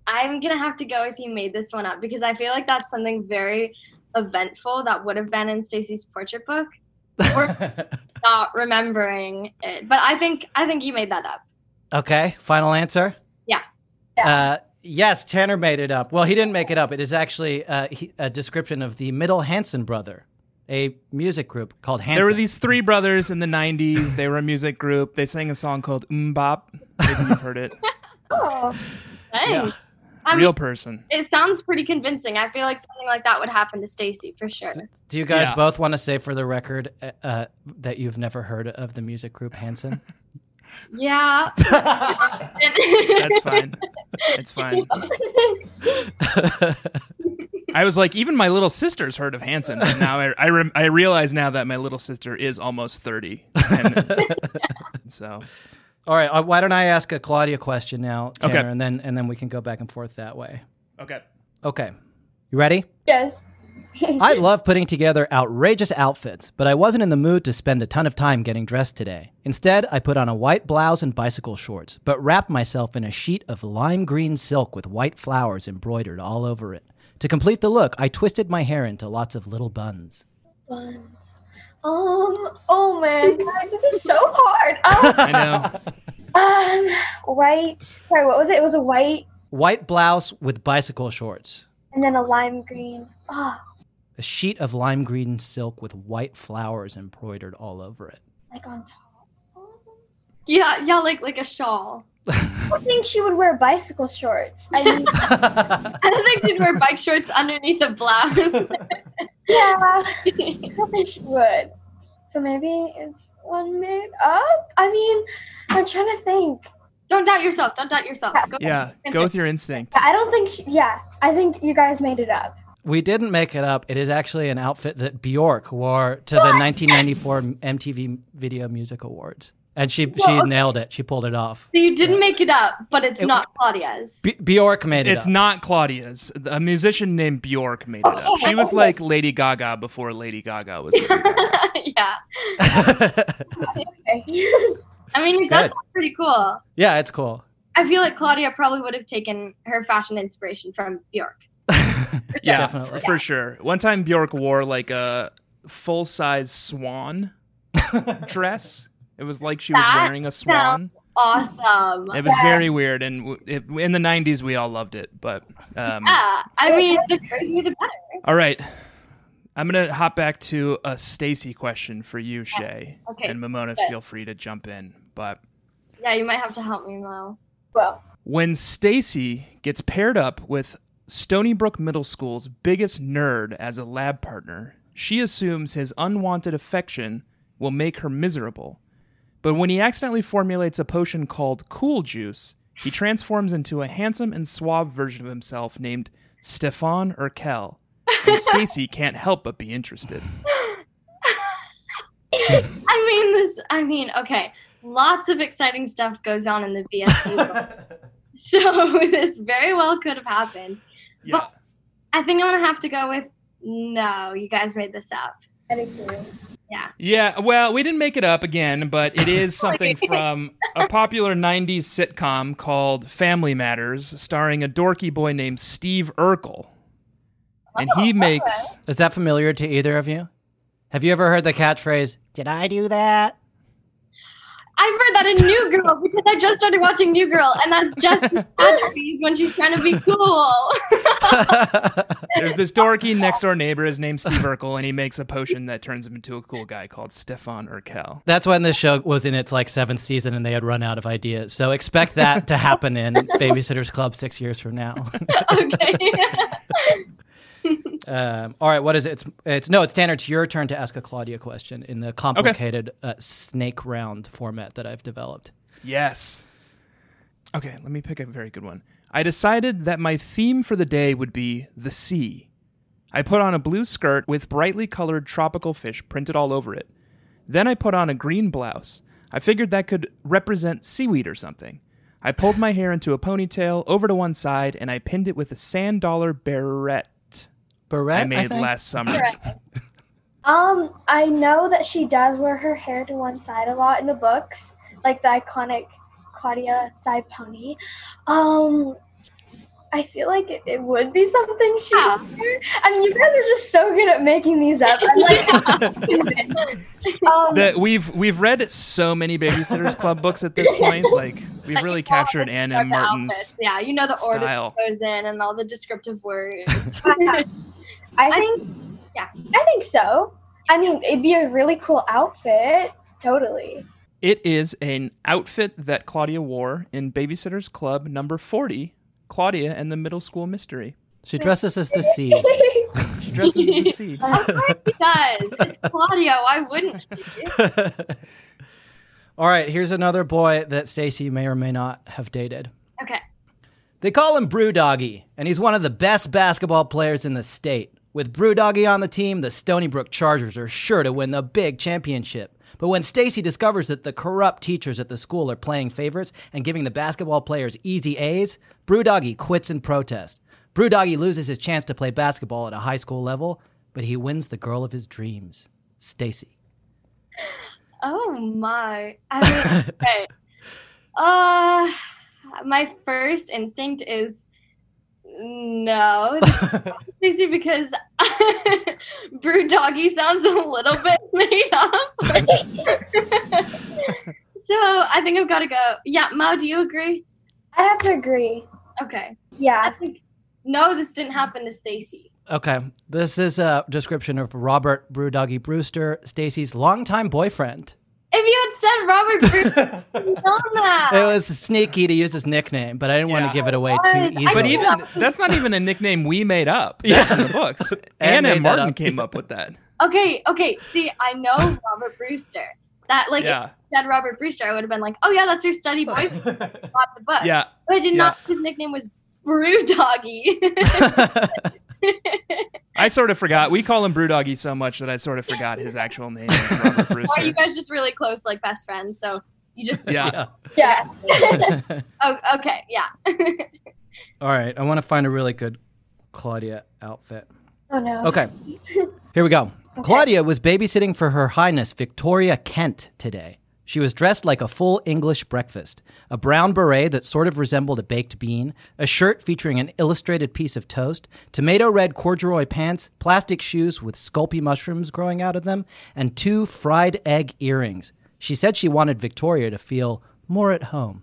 Speaker 12: I'm gonna have to go with you made this one up because I feel like that's something very eventful that would have been in Stacy's portrait book.
Speaker 2: [laughs]
Speaker 12: We're not remembering it, but I think I think you made that up.
Speaker 2: Okay, final answer.
Speaker 12: Yeah.
Speaker 2: Uh, yes, Tanner made it up. Well, he didn't make it up. It is actually uh, he, a description of the middle Hanson brother, a music group called Hanson.
Speaker 4: There were these three brothers in the 90s. They were a music group. They sang a song called Mbop. Maybe you've heard it.
Speaker 13: oh.
Speaker 12: Dang. I mean,
Speaker 4: Real person.
Speaker 12: it sounds pretty convincing. I feel like something like that would happen to Stacy for
Speaker 2: [laughs]
Speaker 12: sure.
Speaker 2: Do you guys
Speaker 4: Yeah.
Speaker 2: both want to say for the record uh, uh, that you've never heard of the music group Hanson? [laughs]
Speaker 12: Yeah.
Speaker 4: That's fine. That's fine. I was like, even my little sister's heard of Hanson, but now I I, rem- I realize now that my little sister is almost thirty, and [laughs] so
Speaker 2: All right, uh, why don't I ask a Claudia question now,
Speaker 4: Okay.
Speaker 2: Tanner, and then and then we can go back and forth that way.
Speaker 4: okay.
Speaker 2: Okay, you ready?
Speaker 13: Yes. [laughs]
Speaker 2: I love putting together outrageous outfits, but I wasn't in the mood to spend a ton of time getting dressed today. Instead, I put on a white blouse and bicycle shorts, but wrapped myself in a sheet of lime green silk with white flowers embroidered all over it. To complete the look, I twisted my hair into lots of little buns.
Speaker 13: Buns. Um. Oh man, guys, this is so hard. Um,
Speaker 4: I know.
Speaker 13: um. White. Sorry, what was it? It was a white
Speaker 2: White blouse with bicycle shorts.
Speaker 13: and then a lime green. Oh,
Speaker 2: A sheet of lime green silk with white flowers embroidered all over it.
Speaker 13: like on top.
Speaker 12: yeah. Yeah. Like like a shawl.
Speaker 13: I don't think she would wear bicycle shorts. I mean,
Speaker 12: [laughs] I don't think she'd wear bike shorts underneath a
Speaker 13: [laughs]
Speaker 12: blouse.
Speaker 13: yeah, I don't think she would. So maybe it's one made up. I mean, I'm trying to think.
Speaker 12: don't doubt yourself. Don't doubt yourself. Go
Speaker 4: Yeah, go with your instinct.
Speaker 13: I don't think she. Yeah, I think you guys made it up.
Speaker 2: We didn't make it up. It is actually an outfit that Bjork wore to the 1994 MTV Video Music Awards and she
Speaker 12: Well,
Speaker 2: she
Speaker 12: okay.
Speaker 2: nailed it. She pulled it off.
Speaker 12: So you didn't make it up, but it's
Speaker 2: It-
Speaker 12: not Claudia's.
Speaker 2: B- Bjork made it.
Speaker 4: It's not Claudia's. A musician named Bjork made it up. She was like Lady Gaga before Lady Gaga was. Lady Gaga.
Speaker 12: [laughs] yeah. I mean, it does
Speaker 2: Good.
Speaker 12: sound pretty cool.
Speaker 2: [laughs] Yeah, it's cool.
Speaker 12: I feel like Claudia probably would have taken her fashion inspiration from Bjork.
Speaker 4: yeah,
Speaker 2: Definitely.
Speaker 4: For, for sure. One time Bjork wore like a full size swan dress. It was like she was
Speaker 12: That
Speaker 4: wearing a swan.
Speaker 12: Sounds awesome.
Speaker 4: It was very weird, and w- it, in the '90s we all loved it. But um,
Speaker 12: Yeah, I mean, the crazier the better.
Speaker 4: all right, I'm gonna hop back to a Stacy question for you, Shay,
Speaker 12: Okay,
Speaker 4: and Mamona.
Speaker 12: good.
Speaker 4: Feel free to jump in. But
Speaker 12: Yeah, you might have to help me, Mo.
Speaker 2: [laughs]
Speaker 12: Well,
Speaker 4: when Stacy gets paired up with Stony Brook Middle School's biggest nerd as a lab partner, she assumes his unwanted affection will make her miserable. But when he accidentally formulates a potion called Cool Juice, he transforms into a handsome and suave version of himself named Stefan Urkel. And Stacy can't help but be interested.
Speaker 12: I mean this. I mean, okay, lots of exciting stuff goes on in the
Speaker 2: [laughs]
Speaker 12: VSC, world. so [laughs] this very well could have happened. But I think I'm gonna have to go with no. You guys made this up. Yeah.
Speaker 4: Yeah, well, we didn't make it up again, but it is something from a popular 90s sitcom called Family Matters, starring a dorky boy named Steve Urkel. And he makes.
Speaker 2: Is that familiar to either of you? Have you ever heard the catchphrase? Did I do that?
Speaker 12: [laughs] I've heard that in
Speaker 13: [laughs]
Speaker 12: New Girl because I just started watching New Girl, and that's just Patrick's when she's trying to be cool.
Speaker 4: There's this dorky next door neighbor. His name's Steve Urkel, and he makes a potion that turns him into a cool guy called Stefan Urkel.
Speaker 2: That's when this show was in its like seventh season and they had run out of ideas. So expect that to happen in Babysitters Club six years from now. okay. [laughs] um, all right. What is it? It's, it's no. It's Tanner. It's your turn to ask a Claudia question in the complicated uh, snake round format that I've developed.
Speaker 4: Yes. Okay, let me pick a very good one. I decided that my theme for the day would be the sea. I put on a blue skirt with brightly colored tropical fish printed all over it. Then I put on a green blouse. I figured that could represent seaweed or something. I pulled my hair into a ponytail over to one side and I pinned it with a sand dollar barrette.
Speaker 2: Barrette
Speaker 4: I made last summer.
Speaker 13: Um, I know that she does wear her hair to one side a lot in the books, like the iconic Claudia side pony. Um, I feel like it, it would be something she. would wear. I mean, you guys are just so good at making these
Speaker 12: [laughs]
Speaker 13: up. I'm like, um,
Speaker 4: that we've we've read so many babysitters club books at this point like we've really captured Anna
Speaker 12: Or
Speaker 4: and
Speaker 12: the
Speaker 4: Martin's
Speaker 12: outfits. Yeah, you know the order
Speaker 4: style.
Speaker 12: it goes in and all the descriptive words. [laughs]
Speaker 13: I think.
Speaker 12: Yeah,
Speaker 13: I think so. I mean, it'd be a really cool outfit.
Speaker 12: [laughs]
Speaker 13: Totally.
Speaker 4: It is an outfit that Claudia wore in Babysitter's Club number 40, Claudia and the Middle School Mystery.
Speaker 2: She dresses as the sea.
Speaker 4: She dresses
Speaker 12: [laughs]
Speaker 4: as the sea.
Speaker 12: Of course she does. It's Claudia. Why wouldn't she?
Speaker 2: All right. Here's another boy that Stacy may or may not have dated.
Speaker 12: Okay.
Speaker 2: They call him Brew Doggy, and he's one of the best basketball players in the state. With Brew Doggy on the team, the Stony Brook Chargers are sure to win the big championship. But when Stacy discovers that the corrupt teachers at the school are playing favorites and giving the basketball players easy A's, Brew Doggy quits in protest. Brew Doggy loses his chance to play basketball at a high school level, but he wins the girl of his dreams, Stacy.
Speaker 12: Oh my.
Speaker 2: [laughs]
Speaker 12: I mean, okay. Uh, my first instinct is no.
Speaker 2: [laughs]
Speaker 12: This is crazy because [laughs] Brew Doggy sounds a little bit [laughs] made up. so I think I've got to go. Yeah, Mao, do you agree?
Speaker 13: I'd have to agree.
Speaker 12: Okay.
Speaker 13: Yeah.
Speaker 12: I think no, this didn't happen to Stacy.
Speaker 2: Okay, this is a description of Robert Brew Doggy Brewster, Stacy's longtime boyfriend.
Speaker 12: If you had said Robert Brew,
Speaker 2: [laughs]
Speaker 12: you know that.
Speaker 2: It was sneaky to use his nickname, but I didn't want to give it away too
Speaker 12: I-
Speaker 2: easily.
Speaker 4: But even that's not even a nickname we made up. That's in the [laughs] books. Anna
Speaker 2: made
Speaker 4: and
Speaker 2: that
Speaker 4: Martin
Speaker 2: up.
Speaker 4: came up with
Speaker 12: [laughs]
Speaker 4: that.
Speaker 12: Okay, okay. See,
Speaker 4: [laughs]
Speaker 12: I know Robert Brewster. That like
Speaker 4: Yeah.
Speaker 12: if you said Robert Brewster, I would have been like, oh yeah, that's her study
Speaker 4: [laughs]
Speaker 12: boyfriend. bought the book.
Speaker 4: Yeah.
Speaker 12: but I did
Speaker 4: Yeah.
Speaker 12: not. His nickname was Brew Doggy.
Speaker 4: [laughs] I sort of forgot. We call him Brewdoggy so much that I sort of forgot his actual name. is Robert
Speaker 12: Why [laughs] are
Speaker 4: Brewster.
Speaker 12: you guys just really close, like best friends? So You just
Speaker 4: Yeah.
Speaker 12: [laughs] yeah.
Speaker 13: [laughs]
Speaker 12: oh, okay, yeah. [laughs]
Speaker 2: All right, I want to find a really good Claudia outfit.
Speaker 13: Oh no.
Speaker 2: Okay. [laughs] Here we go. Claudia was babysitting for Her Highness Victoria Kent today. She was dressed like a full English breakfast a brown beret that sort of resembled a baked bean, a shirt featuring an illustrated piece of toast, tomato red corduroy pants, plastic shoes with sculpy mushrooms growing out of them, and two fried egg earrings. She said she wanted Victoria to feel more at home.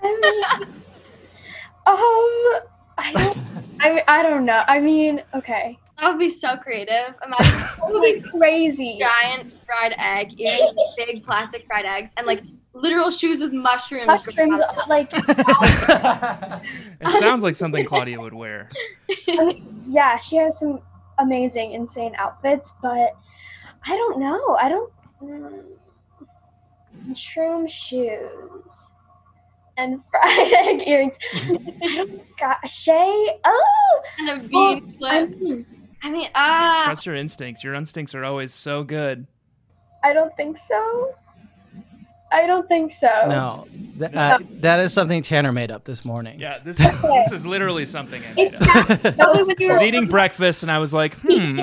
Speaker 13: I mean, um, I don't, I, mean, I don't know. I mean, okay.
Speaker 12: That would be so creative.
Speaker 13: [laughs]
Speaker 12: Imagine that
Speaker 13: would be crazy.
Speaker 12: Giant fried egg, earrings, big plastic fried eggs, and like literal shoes with mushrooms.
Speaker 13: Mushrooms, like
Speaker 4: It sounds like something Claudia would wear.
Speaker 13: I mean, yeah, she has some amazing, insane outfits, but I don't know. I don't. Mm, mushroom shoes and [laughs] fried egg earrings. I don't got Shay. Oh,
Speaker 12: and a bead
Speaker 13: well, I mean,
Speaker 12: I mean, ah,
Speaker 4: Trust your instincts. Your instincts are always so good.
Speaker 13: I don't think so. I don't think so.
Speaker 2: No, th- uh, that is something Tanner made up this morning.
Speaker 4: Yeah, this is, this is literally something I made up.
Speaker 12: Probably when
Speaker 4: I
Speaker 12: you're
Speaker 4: was eating breakfast and I was like,
Speaker 12: [laughs]
Speaker 4: hmm.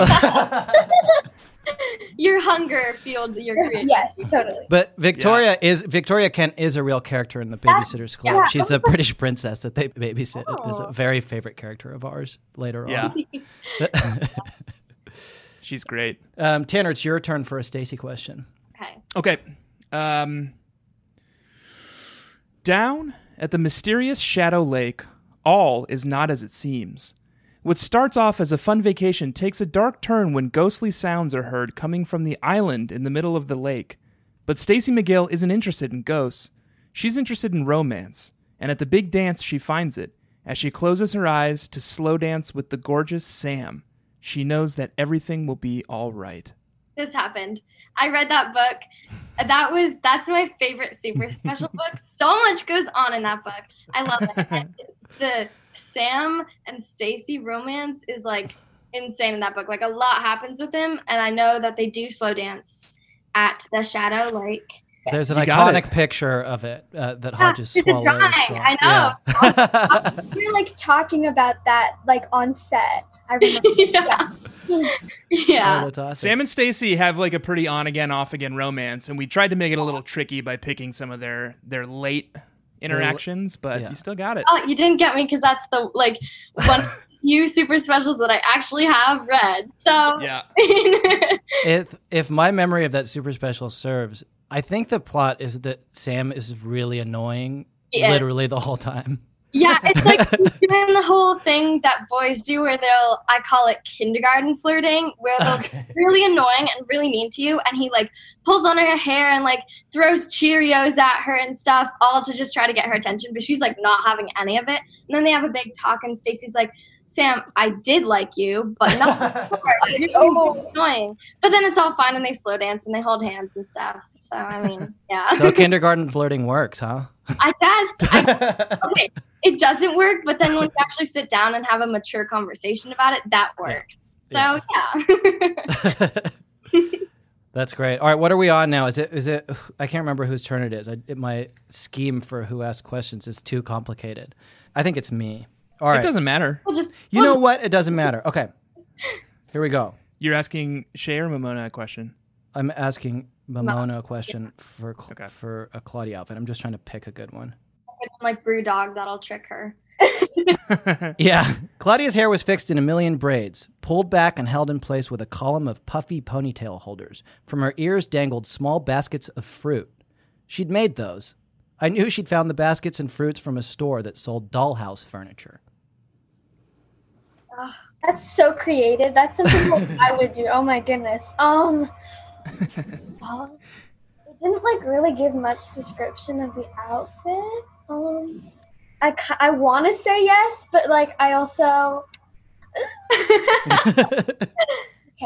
Speaker 12: your hunger fueled your creativity.
Speaker 13: [laughs] Yes, totally.
Speaker 2: But Victoria is Victoria Kent is a real character in the Babysitters Club.
Speaker 13: yeah.
Speaker 2: She's a British princess that they babysit. It is a
Speaker 12: Oh.
Speaker 2: very favorite character of ours later [laughs]
Speaker 4: Yeah,
Speaker 2: on.
Speaker 4: she's great.
Speaker 2: um, Tanner, it's your turn for a Stacy question.
Speaker 12: Okay.
Speaker 4: Okay. Um, down at the mysterious Shadow Lake, all is not as it seems. What starts off as a fun vacation takes a dark turn when ghostly sounds are heard coming from the island in the middle of the lake. But Stacy McGill isn't interested in ghosts. She's interested in romance, and at the big dance she finds it as she closes her eyes to slow dance with the gorgeous Sam. She knows that everything will be all right.
Speaker 12: this happened. I read that book. That was that's my favorite super special book. So much goes on in that book. I love it. And the Sam and Stacy romance is like insane in that book. Like a lot happens with them, and I know that they do slow dance at the Shadow Lake. [laughs]
Speaker 2: There's an
Speaker 4: You got
Speaker 2: iconic picture of it uh, that
Speaker 12: Yeah,
Speaker 2: Hodges
Speaker 12: it's a
Speaker 2: swallows.
Speaker 12: drawing. I know. [laughs]
Speaker 13: We were like talking about that, like on set. I remember.
Speaker 12: [laughs] yeah.
Speaker 2: Yeah. Oh,
Speaker 12: yeah.
Speaker 2: that's awesome.
Speaker 4: Sam and Stacy have like a pretty on again off again romance and we tried to make it a little tricky by picking some of their their late interactions but
Speaker 2: yeah.
Speaker 4: you still got it.
Speaker 12: Oh, you didn't get me because that's the like one of the few super specials that I actually have read. So [laughs]
Speaker 4: Yeah.
Speaker 2: if if my memory of that super special serves, I think the plot is that Sam is really annoying,
Speaker 12: Yeah.
Speaker 2: literally the whole time.
Speaker 12: Yeah, it's
Speaker 2: [laughs]
Speaker 12: like [laughs] doing the whole thing that boys do where they'll, I call it kindergarten flirting, where
Speaker 2: [laughs]
Speaker 12: they'll be really annoying and really mean to you. And he like pulls on her hair and like throws Cheerios at her and stuff, all to just try to get her attention. But she's like not having any of it. And then they have a big talk, and Stacy's like, Sam, I did like you, but not before. You're so annoying. But then it's all fine, and they slow dance and they hold hands and stuff. So, I mean, yeah.
Speaker 2: So kindergarten flirting works, huh?
Speaker 12: I guess.
Speaker 4: [laughs]
Speaker 12: I, okay, it doesn't work, but then when you actually sit down and have a mature conversation about it, that works.
Speaker 2: Yeah.
Speaker 12: So yeah, [laughs]
Speaker 2: That's great. All right, what are we on now? Is it is it? I can't remember whose turn it is. I, it, my scheme for who asks questions is too complicated. I think it's me. All right.
Speaker 4: It doesn't matter.
Speaker 12: we'll just
Speaker 2: You know what? It doesn't matter. Okay. Here we go.
Speaker 4: You're asking Shay or Mamona a question.
Speaker 2: I'm asking Mamona a question for Cl-
Speaker 4: Okay.
Speaker 2: for a Claudia outfit. I'm just trying to pick a good one.
Speaker 12: like brew dog that'll trick her.
Speaker 2: Yeah. Claudia's hair was fixed in a million braids, pulled back and held in place with a column of puffy ponytail holders. From her ears dangled small baskets of fruit. She'd made those. I knew she'd found the baskets and fruits from a store that sold dollhouse furniture.
Speaker 13: That's so creative. That's something
Speaker 4: [laughs]
Speaker 13: that I would do. Oh my goodness. Um, um, it didn't like really give much description of the outfit. Um, I ki- I want to say yes, but like I
Speaker 4: [laughs]
Speaker 12: [laughs]
Speaker 13: also okay.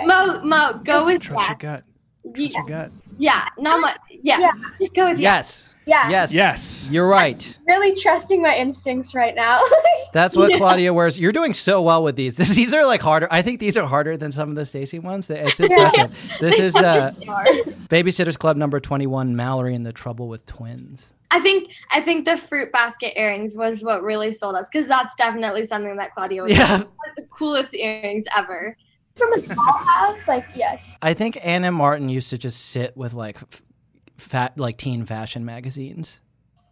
Speaker 12: Mo Mo, go with
Speaker 4: Trust your
Speaker 12: yes.
Speaker 4: gut.
Speaker 12: You-
Speaker 4: Trust your gut.
Speaker 12: yeah, not much. Yeah,
Speaker 13: Yeah.
Speaker 12: just go with yes.
Speaker 2: yes.
Speaker 13: Yeah.
Speaker 2: Yes. Yes. You're right.
Speaker 13: Really trusting my instincts right now. [laughs]
Speaker 2: That's what
Speaker 13: Yeah.
Speaker 2: Claudia wears. You're doing so well with these. [laughs] these are like harder. I think these are harder than some of the Stacy ones. It's impressive. This is uh, Babysitters Club number 21, Mallory and the Trouble with Twins.
Speaker 12: I think I think the fruit basket earrings was what really sold us because that's definitely something that Claudia was.
Speaker 2: Yeah.
Speaker 12: That was the coolest earrings ever.
Speaker 13: From a dollhouse, like yes.
Speaker 2: I think Anna Martin used to just sit with like f- fat, like teen fashion magazines.
Speaker 12: [laughs]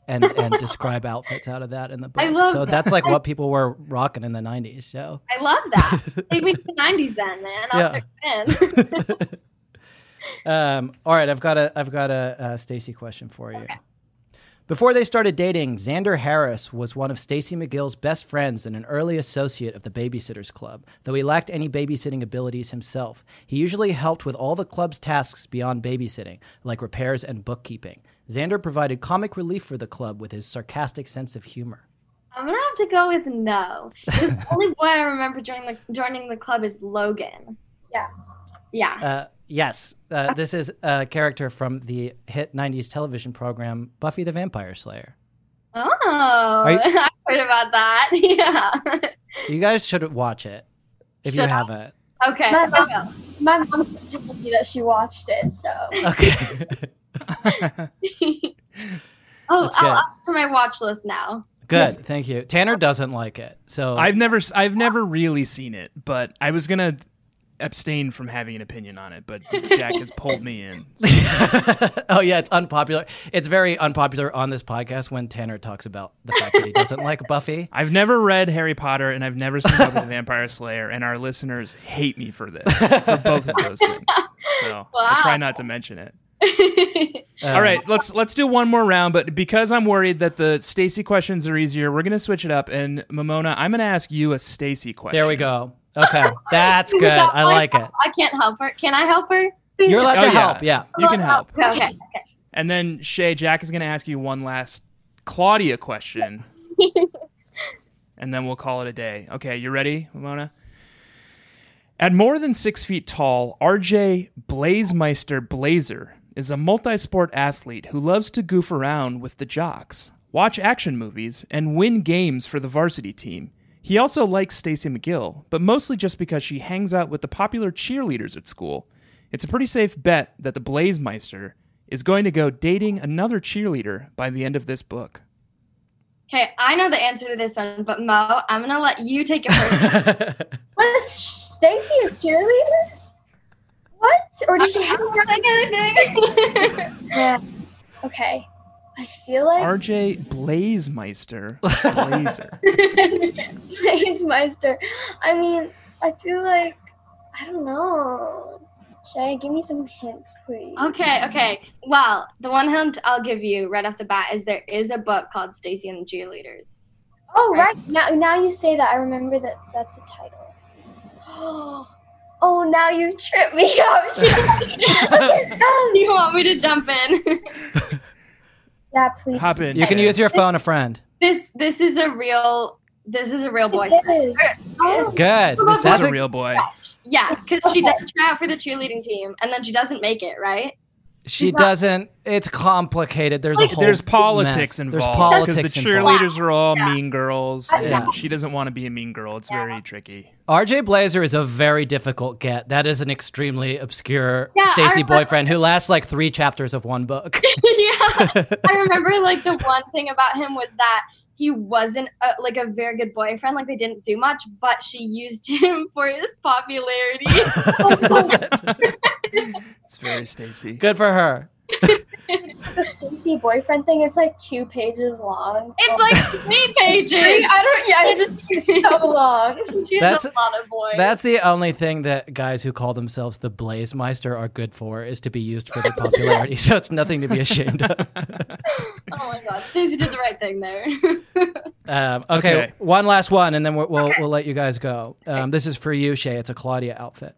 Speaker 2: And, and describe outfits out of that in the book.
Speaker 12: I love
Speaker 2: so
Speaker 12: that.
Speaker 2: that's like what people were rocking in the 90s. So
Speaker 12: I love that.
Speaker 2: [laughs]
Speaker 12: Take me to the '90s, then, man. I'll
Speaker 2: Yeah.
Speaker 12: fit in.
Speaker 2: Um, all right, I've got a I've got a, uh Stacy question for you. Before they started dating, Xander Harris was one of Stacy McGill's best friends and an early associate of the Babysitters Club. Though he lacked any babysitting abilities himself, he usually helped with all the club's tasks beyond babysitting, like repairs and bookkeeping. Xander provided comic relief for the club with his sarcastic sense of humor.
Speaker 12: [laughs] I'm gonna have to go with no.
Speaker 2: [laughs]
Speaker 12: 'Cause the only boy I remember joining the joining the club is Logan.
Speaker 13: Yeah.
Speaker 12: Yeah.
Speaker 2: Uh, yes, uh, this is a character from the hit '90s television program Buffy the Vampire Slayer.
Speaker 12: Oh, [laughs]
Speaker 2: you-
Speaker 12: I heard about that. [laughs] Yeah.
Speaker 2: You guys should watch it if
Speaker 12: Should
Speaker 2: you
Speaker 12: I?
Speaker 2: haven't.
Speaker 12: Okay.
Speaker 13: My mom,
Speaker 12: I'll go.
Speaker 13: my mom just told me that she watched it, so
Speaker 12: Oh,
Speaker 2: That's
Speaker 12: I'll
Speaker 2: good.
Speaker 12: add it to my watch list now.
Speaker 2: [laughs]
Speaker 12: [laughs]
Speaker 2: Good, thank you. Tanner doesn't like it, so
Speaker 4: I've never s- I've never really seen it, but I was gonna abstain from having an opinion on it, but Jack has pulled me in.
Speaker 2: [laughs] oh yeah, it's unpopular. It's very unpopular on this podcast when Tanner talks about the fact that he doesn't like Buffy.
Speaker 4: I've never read Harry Potter and I've never seen Buffy the [laughs] Vampire Slayer, and our listeners hate me for this for both of those things. So I'll try not to mention it. [laughs] All
Speaker 2: Uh,
Speaker 4: right, let's let's do one more round, but because I'm worried that the Stacy questions are easier, we're gonna switch it up. And Mamona, I'm gonna ask you a Stacy question.
Speaker 2: There we go. Okay, that's good.
Speaker 12: Is that
Speaker 2: I
Speaker 12: my
Speaker 2: like it.
Speaker 12: fault? I can't help her. Can I help her?
Speaker 2: You're allowed to help. Yeah.
Speaker 4: Oh, you can help.
Speaker 12: Okay. okay.
Speaker 4: And then Shay, Jack is going to ask you one last Claudia question, and then we'll call it a day. Okay, you ready, Ramona? At more than six feet tall, RJ Blazemeister Blazer is a multi sport athlete who loves to goof around with the jocks, watch action movies, and win games for the varsity team. He also likes Stacy McGill, but mostly just because she hangs out with the popular cheerleaders at school. It's a pretty safe bet that the Blazemeister is going to go dating another cheerleader by the end of this book.
Speaker 12: Okay, I know the answer to this one, but Mo, I'm gonna let you take it first.
Speaker 2: [laughs]
Speaker 13: was Stacy a cheerleader? What? Or did she
Speaker 2: [laughs]
Speaker 13: have
Speaker 12: [laughs]
Speaker 13: anything? yeah. Okay. I feel like
Speaker 4: RJ Blazemeister Blazer.
Speaker 13: Blazemeister. I mean, I feel like I don't know. Shay, give me some hints, please.
Speaker 12: okay, okay. Well, the one hint I'll give you right off the bat is there is a book called Stacy and the Cheerleaders.
Speaker 13: Oh right now, now you say that I remember that that's a title. [gasps] Oh, oh now you trip me up. [laughs]
Speaker 12: [laughs] you want me to jump in?
Speaker 13: yeah, please.
Speaker 4: Hop
Speaker 2: [laughs]
Speaker 4: in.
Speaker 2: You can
Speaker 4: Shay.
Speaker 2: use your phone a friend.
Speaker 12: This this is a real this is a real boy.
Speaker 13: Oh,
Speaker 2: Good.
Speaker 4: This is
Speaker 2: That's
Speaker 4: a real boy.
Speaker 2: [laughs]
Speaker 12: Yeah, because she does try out for the cheerleading team and then she doesn't make it, right? [laughs]
Speaker 2: She doesn't. It's complicated. There's a whole
Speaker 4: There's
Speaker 2: mess.
Speaker 4: politics involved.
Speaker 2: There's
Speaker 4: 'cause
Speaker 2: politics
Speaker 4: the
Speaker 2: involved.
Speaker 4: cheerleaders are all mean girls. and
Speaker 2: Yeah.
Speaker 4: She doesn't want to be a mean girl. It's very tricky.
Speaker 2: RJ Blazer is a very difficult get. That is an extremely obscure
Speaker 12: Yeah, I
Speaker 2: Stacy
Speaker 12: remember-
Speaker 2: boyfriend who lasts like three chapters of one book. [laughs]
Speaker 12: yeah. I remember like the one thing about him was that he wasn't a, like a very good boyfriend. Like they didn't do much, but she used [laughs] him for his
Speaker 2: [laughs]
Speaker 12: popularity. Oh,
Speaker 4: It's very Stacy.
Speaker 2: Good for her.
Speaker 13: the Stacy boyfriend thing. It's like two pages long.
Speaker 12: it's like
Speaker 13: [laughs]
Speaker 12: three pages.
Speaker 13: I don't. Yeah, it's
Speaker 12: [laughs]
Speaker 13: just so long.
Speaker 12: She's
Speaker 2: That's-
Speaker 12: a lot of boys.
Speaker 2: That's the only thing that guys who call themselves the Blazemeister are good for is to be used for their popularity. [laughs] so it's nothing to be ashamed of.
Speaker 12: oh my god, Susie did the right thing there. [laughs]
Speaker 2: Um, okay,
Speaker 4: Okay.
Speaker 2: one last one, and then we'll we'll, we'll let you guys go. Um, this is for you, Shay. It's a Claudia outfit.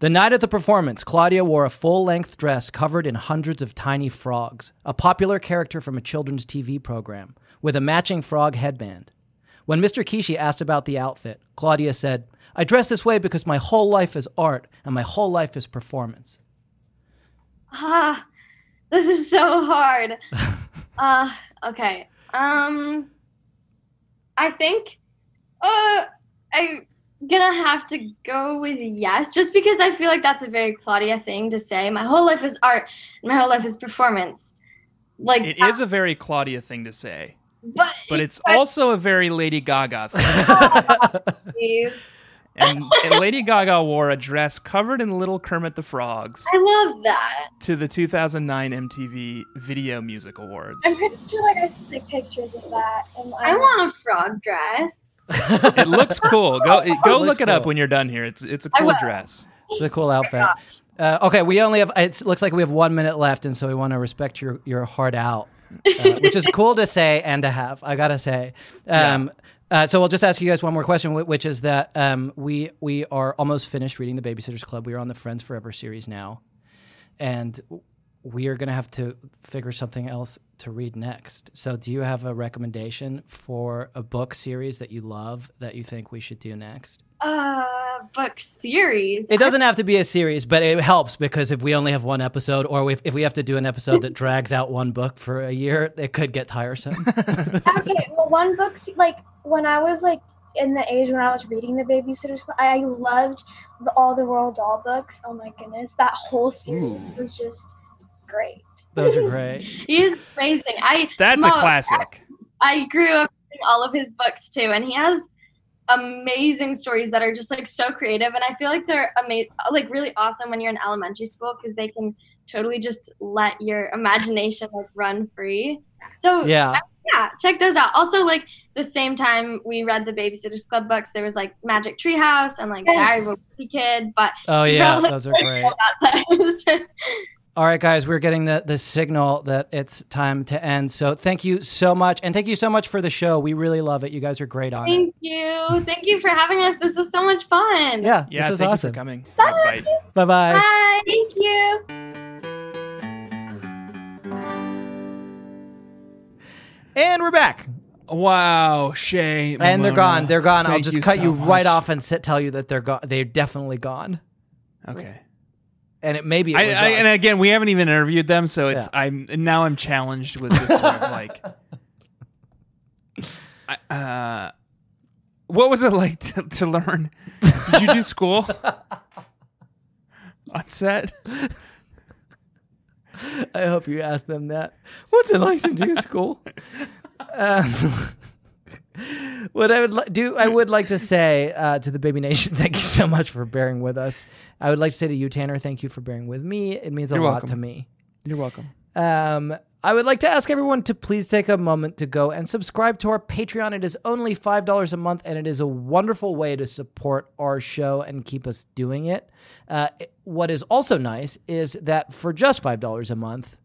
Speaker 2: The night of the performance, Claudia wore a full length dress covered in hundreds of tiny frogs, a popular character from a children's TV program, with a matching frog headband. When Mr. Kishi asked about the outfit, Claudia said, I dress this way because my whole life is art and my whole life is performance.
Speaker 4: [laughs]
Speaker 12: ah, this is so hard. Uh, okay. Um, I think uh, I'm gonna have to go with yes, just because I feel like that's a very Claudia thing to say. My whole life is art, and my whole life is performance. Like
Speaker 4: It is a very Claudia thing to say,
Speaker 12: but
Speaker 4: but it's also a very Lady Gaga thing.
Speaker 2: [laughs]
Speaker 12: please.
Speaker 4: and, and Lady Gaga wore a dress covered in little Kermit the Frogs
Speaker 12: I love that.
Speaker 4: to the 2009 MTV Video Music Awards.
Speaker 13: I'm pretty sure like I took like, pictures of that. And
Speaker 12: I want a frog dress.
Speaker 4: it looks cool. Go go
Speaker 2: looks
Speaker 4: look it up
Speaker 2: cool.
Speaker 4: when you're done here. It's it's a
Speaker 12: I
Speaker 4: cool
Speaker 12: will.
Speaker 4: dress.
Speaker 2: It's a cool outfit. Uh, okay, we only have. It looks like we have one minute left, and so we want to respect your your heart out, uh, which is cool to say and to have. I gotta say. Um, uh, so I'll just ask you guys one more question, wh- which is that um, we we are almost finished reading the Babysitters Club. We are on the Friends Forever series now, and w- we are gonna have to figure something else to read next. So, do you have a recommendation for a book series that you love that you think we should do next?
Speaker 12: Uh, book series.
Speaker 2: It doesn't have to be a series, but it helps because if we only have one episode, or if, if we have to do an episode that drags out one book for a year, it could get tiresome.
Speaker 13: okay, well, one book, se- like when I was like in the age when I was reading the Babysitter's Club, I I loved the, all the Roald Dahl books. Oh my goodness, that whole series
Speaker 4: Ooh.
Speaker 13: was just great.
Speaker 2: Those are great.
Speaker 12: He is amazing. I
Speaker 4: That's
Speaker 12: Mo,
Speaker 4: a classic.
Speaker 12: I grew up reading all of his books too, and he has amazing stories that are just like so creative. And I feel like they're amazing, like really awesome when you're in elementary school because they can totally just let your imagination like run free. So
Speaker 2: Yeah.
Speaker 12: yeah, check those out. Also, like the same time we read the Babysitters Club books, there was like Magic Tree House and like Diary of a Wimpy Kid. But [laughs]
Speaker 2: Oh,
Speaker 12: you
Speaker 2: yeah,
Speaker 12: probably
Speaker 2: those are
Speaker 12: don't
Speaker 2: great.
Speaker 12: know about those.
Speaker 2: All right, guys, we're getting the, the signal that it's time to end. So thank you so much. And thank you so much for the show. We really love it. You guys are great on it.
Speaker 12: Thank you. Thank you for having us. This was so much fun.
Speaker 2: Yeah,
Speaker 4: Yeah,
Speaker 2: this is
Speaker 4: thank
Speaker 2: awesome.
Speaker 4: you for coming.
Speaker 12: Bye.
Speaker 2: Bye bye.
Speaker 12: Bye. Thank you.
Speaker 2: And we're back.
Speaker 4: Wow, Shay.
Speaker 2: And they're
Speaker 4: Mamona,
Speaker 2: gone. They're gone. I'll
Speaker 4: thank
Speaker 2: just cut
Speaker 4: so
Speaker 2: you right
Speaker 4: much.
Speaker 2: off and sit, tell you that they're gone. They're definitely gone.
Speaker 4: Okay.
Speaker 2: And it maybe it
Speaker 4: I,
Speaker 2: was
Speaker 4: I,
Speaker 2: us.
Speaker 4: and again, we haven't even interviewed them, so it's I'm now I'm challenged with this
Speaker 2: [laughs]
Speaker 4: sort of like. I, uh, what was it like [laughs] to, to learn? Did you
Speaker 2: [laughs]
Speaker 4: do school on set?
Speaker 2: I hope you ask them that. What's it like to
Speaker 4: [laughs]
Speaker 2: do school? um, what I would li- do, I would like to say uh, to the Baby Nation, [laughs] thank you so much for bearing with us. I would like to say to you, Tanner, thank you for bearing with me. It means a
Speaker 4: You're
Speaker 2: lot
Speaker 4: welcome.
Speaker 2: to me.
Speaker 4: You're welcome.
Speaker 2: Um, I would like to ask everyone to please take a moment to go and subscribe to our Patreon. It is only $5 a month, and it is a wonderful way to support our show and keep us doing it. Uh, it- what is also nice is that for just $5 a month,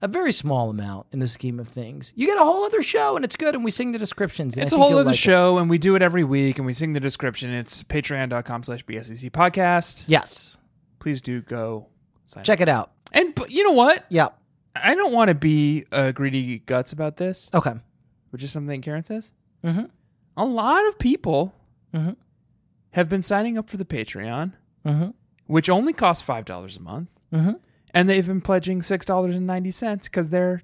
Speaker 2: a very small amount in the scheme of things, you get a whole other show, and it's good, and we sing the descriptions. and I
Speaker 4: It's a
Speaker 2: think
Speaker 4: whole
Speaker 2: you'll
Speaker 4: other
Speaker 2: like it.
Speaker 4: show, and we do it every week, and we sing the description. It's patreon.com slash BSEC podcast.
Speaker 2: Yes.
Speaker 4: Please do go sign
Speaker 2: Check it out.
Speaker 4: up. And but you know what?
Speaker 2: Yeah.
Speaker 4: I don't want to be uh, greedy guts about this,
Speaker 2: Okay.
Speaker 4: which is something Karen says.
Speaker 2: Mm-hmm.
Speaker 4: A lot of people
Speaker 2: Mhm.
Speaker 4: have been signing up for the Patreon,
Speaker 2: Mm-hmm.
Speaker 4: which only costs five dollars a month,
Speaker 2: Mm-hmm.
Speaker 4: and they've been pledging six dollars and ninety cents because they're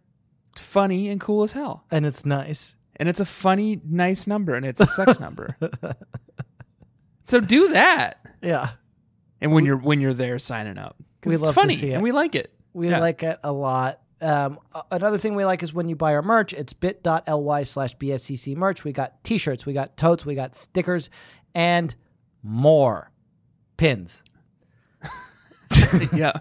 Speaker 4: funny and cool as hell,
Speaker 2: And it's nice.
Speaker 4: and it's a funny, nice number, and it's a
Speaker 2: [laughs]
Speaker 4: sex number. So do that,
Speaker 2: Yeah.
Speaker 4: and when you're when you're there signing up,
Speaker 2: We
Speaker 4: because it's
Speaker 2: love to
Speaker 4: funny
Speaker 2: see it.
Speaker 4: and we like it.
Speaker 2: We
Speaker 4: Yeah. [laughs]
Speaker 2: like it a lot. Um, a- another thing we like is when you buy our merch, it's bit.ly slash BSCC merch. We got t shirts, we got totes, we got stickers, and more pins.
Speaker 4: yeah,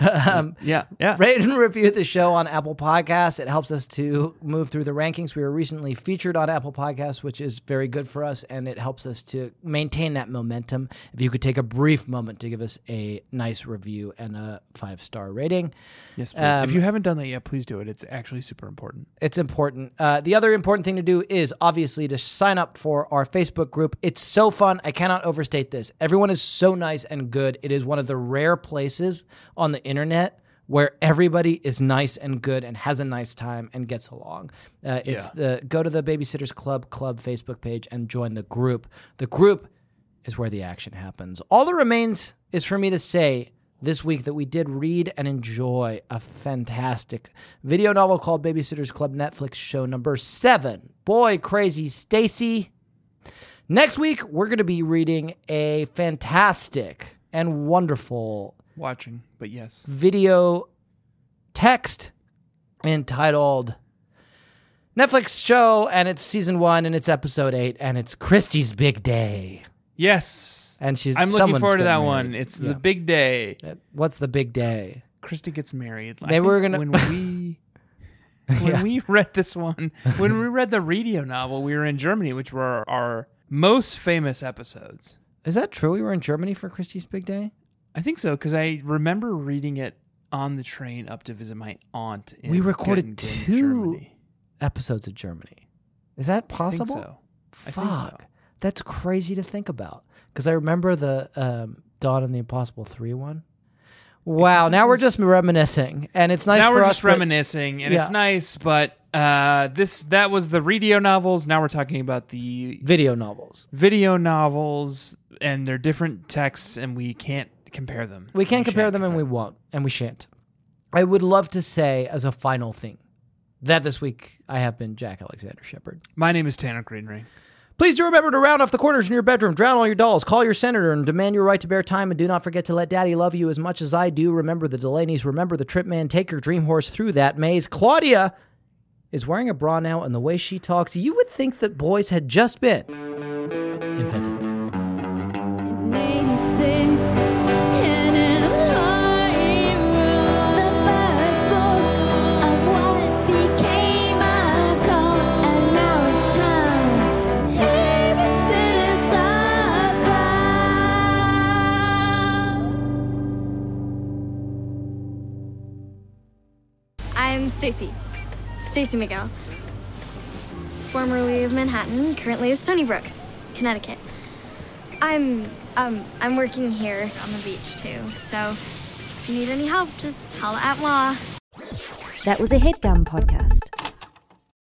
Speaker 2: um, [laughs]
Speaker 4: yeah, yeah.
Speaker 2: Rate and review the show on Apple Podcasts. It helps us to move through the rankings. We were recently featured on Apple Podcasts, which is very good for us, and it helps us to maintain that momentum. If you could take a brief moment to give us a nice review and a five star rating.
Speaker 4: Yes, please.
Speaker 2: Um,
Speaker 4: if you haven't done that yet, please do it. It's actually super important.
Speaker 2: It's important. Uh, the other important thing to do is obviously to sign up for our Facebook group. It's so fun. I cannot overstate this. Everyone is so nice and good. It is one of the rare places on the internet where everybody is nice and good and has a nice time and gets along. Uh, it's the go to the Babysitters Club Club Facebook page and join the group. The group is where the action happens. All that remains is for me to say this week that we did read and enjoy a fantastic video novel called Babysitter's Club Netflix show number seven. Boy, crazy Stacy. Next week, we're going to be reading a fantastic and wonderful
Speaker 4: Watching, but yes.
Speaker 2: video text entitled Netflix show, and it's season one, and it's episode eight, and it's Christie's Big Day.
Speaker 4: Yes.
Speaker 2: And she's
Speaker 4: I'm looking
Speaker 2: someone's
Speaker 4: forward to that
Speaker 2: getting
Speaker 4: one.
Speaker 2: married.
Speaker 4: It's
Speaker 2: Yeah.
Speaker 4: the big day.
Speaker 2: Uh, What's the big day?
Speaker 4: Christy gets married. I
Speaker 2: Maybe
Speaker 4: think
Speaker 2: we're gonna- [laughs]
Speaker 4: when we when we read this one when we read the radio novel we were in Germany, which were our most famous episodes.
Speaker 2: Is that true? We were in Germany for Christie's Big Day?
Speaker 4: I think so because I remember reading it on the train up to visit my aunt. In
Speaker 2: we recorded
Speaker 4: Göttingen,
Speaker 2: two
Speaker 4: Germany.
Speaker 2: episodes of Germany. Is that possible?
Speaker 4: so. I
Speaker 2: Fuck.
Speaker 4: think so.
Speaker 2: That's crazy to think about. Because I remember the um, Dawn and the Impossible 3 one. Wow, now we're just reminiscing. And it's nice
Speaker 4: now
Speaker 2: for
Speaker 4: we're
Speaker 2: us,
Speaker 4: just
Speaker 2: but-
Speaker 4: reminiscing, and it's
Speaker 2: Yeah.
Speaker 4: nice. But uh, this that was the radio novels. Now we're talking about the
Speaker 2: Video novels.
Speaker 4: video novels, and they're different texts, and we can't compare them.
Speaker 2: We can't compare them and we won't, and we shan't. I would love to say, as a final thing, that this week I have been Jack Alexander Shepard.
Speaker 4: My name is Tanner Greenring.
Speaker 2: Please do remember to round off the corners in your bedroom, drown all your dolls, call your senator, and demand your right to bear time. And do not forget to let daddy love you as much as I do. Remember the Delaney's, remember the trip man, take your dream horse through that maze. Claudia is wearing a bra now, and the way she talks, you would think that boys had just been invented.
Speaker 7: I'm Stacy. Stacy Miguel. Formerly of Manhattan, currently of Stony Brook, Connecticut. I'm um I'm working here on the beach too, so if you need any help, just holla at Ma.
Speaker 1: That was a headgum podcast.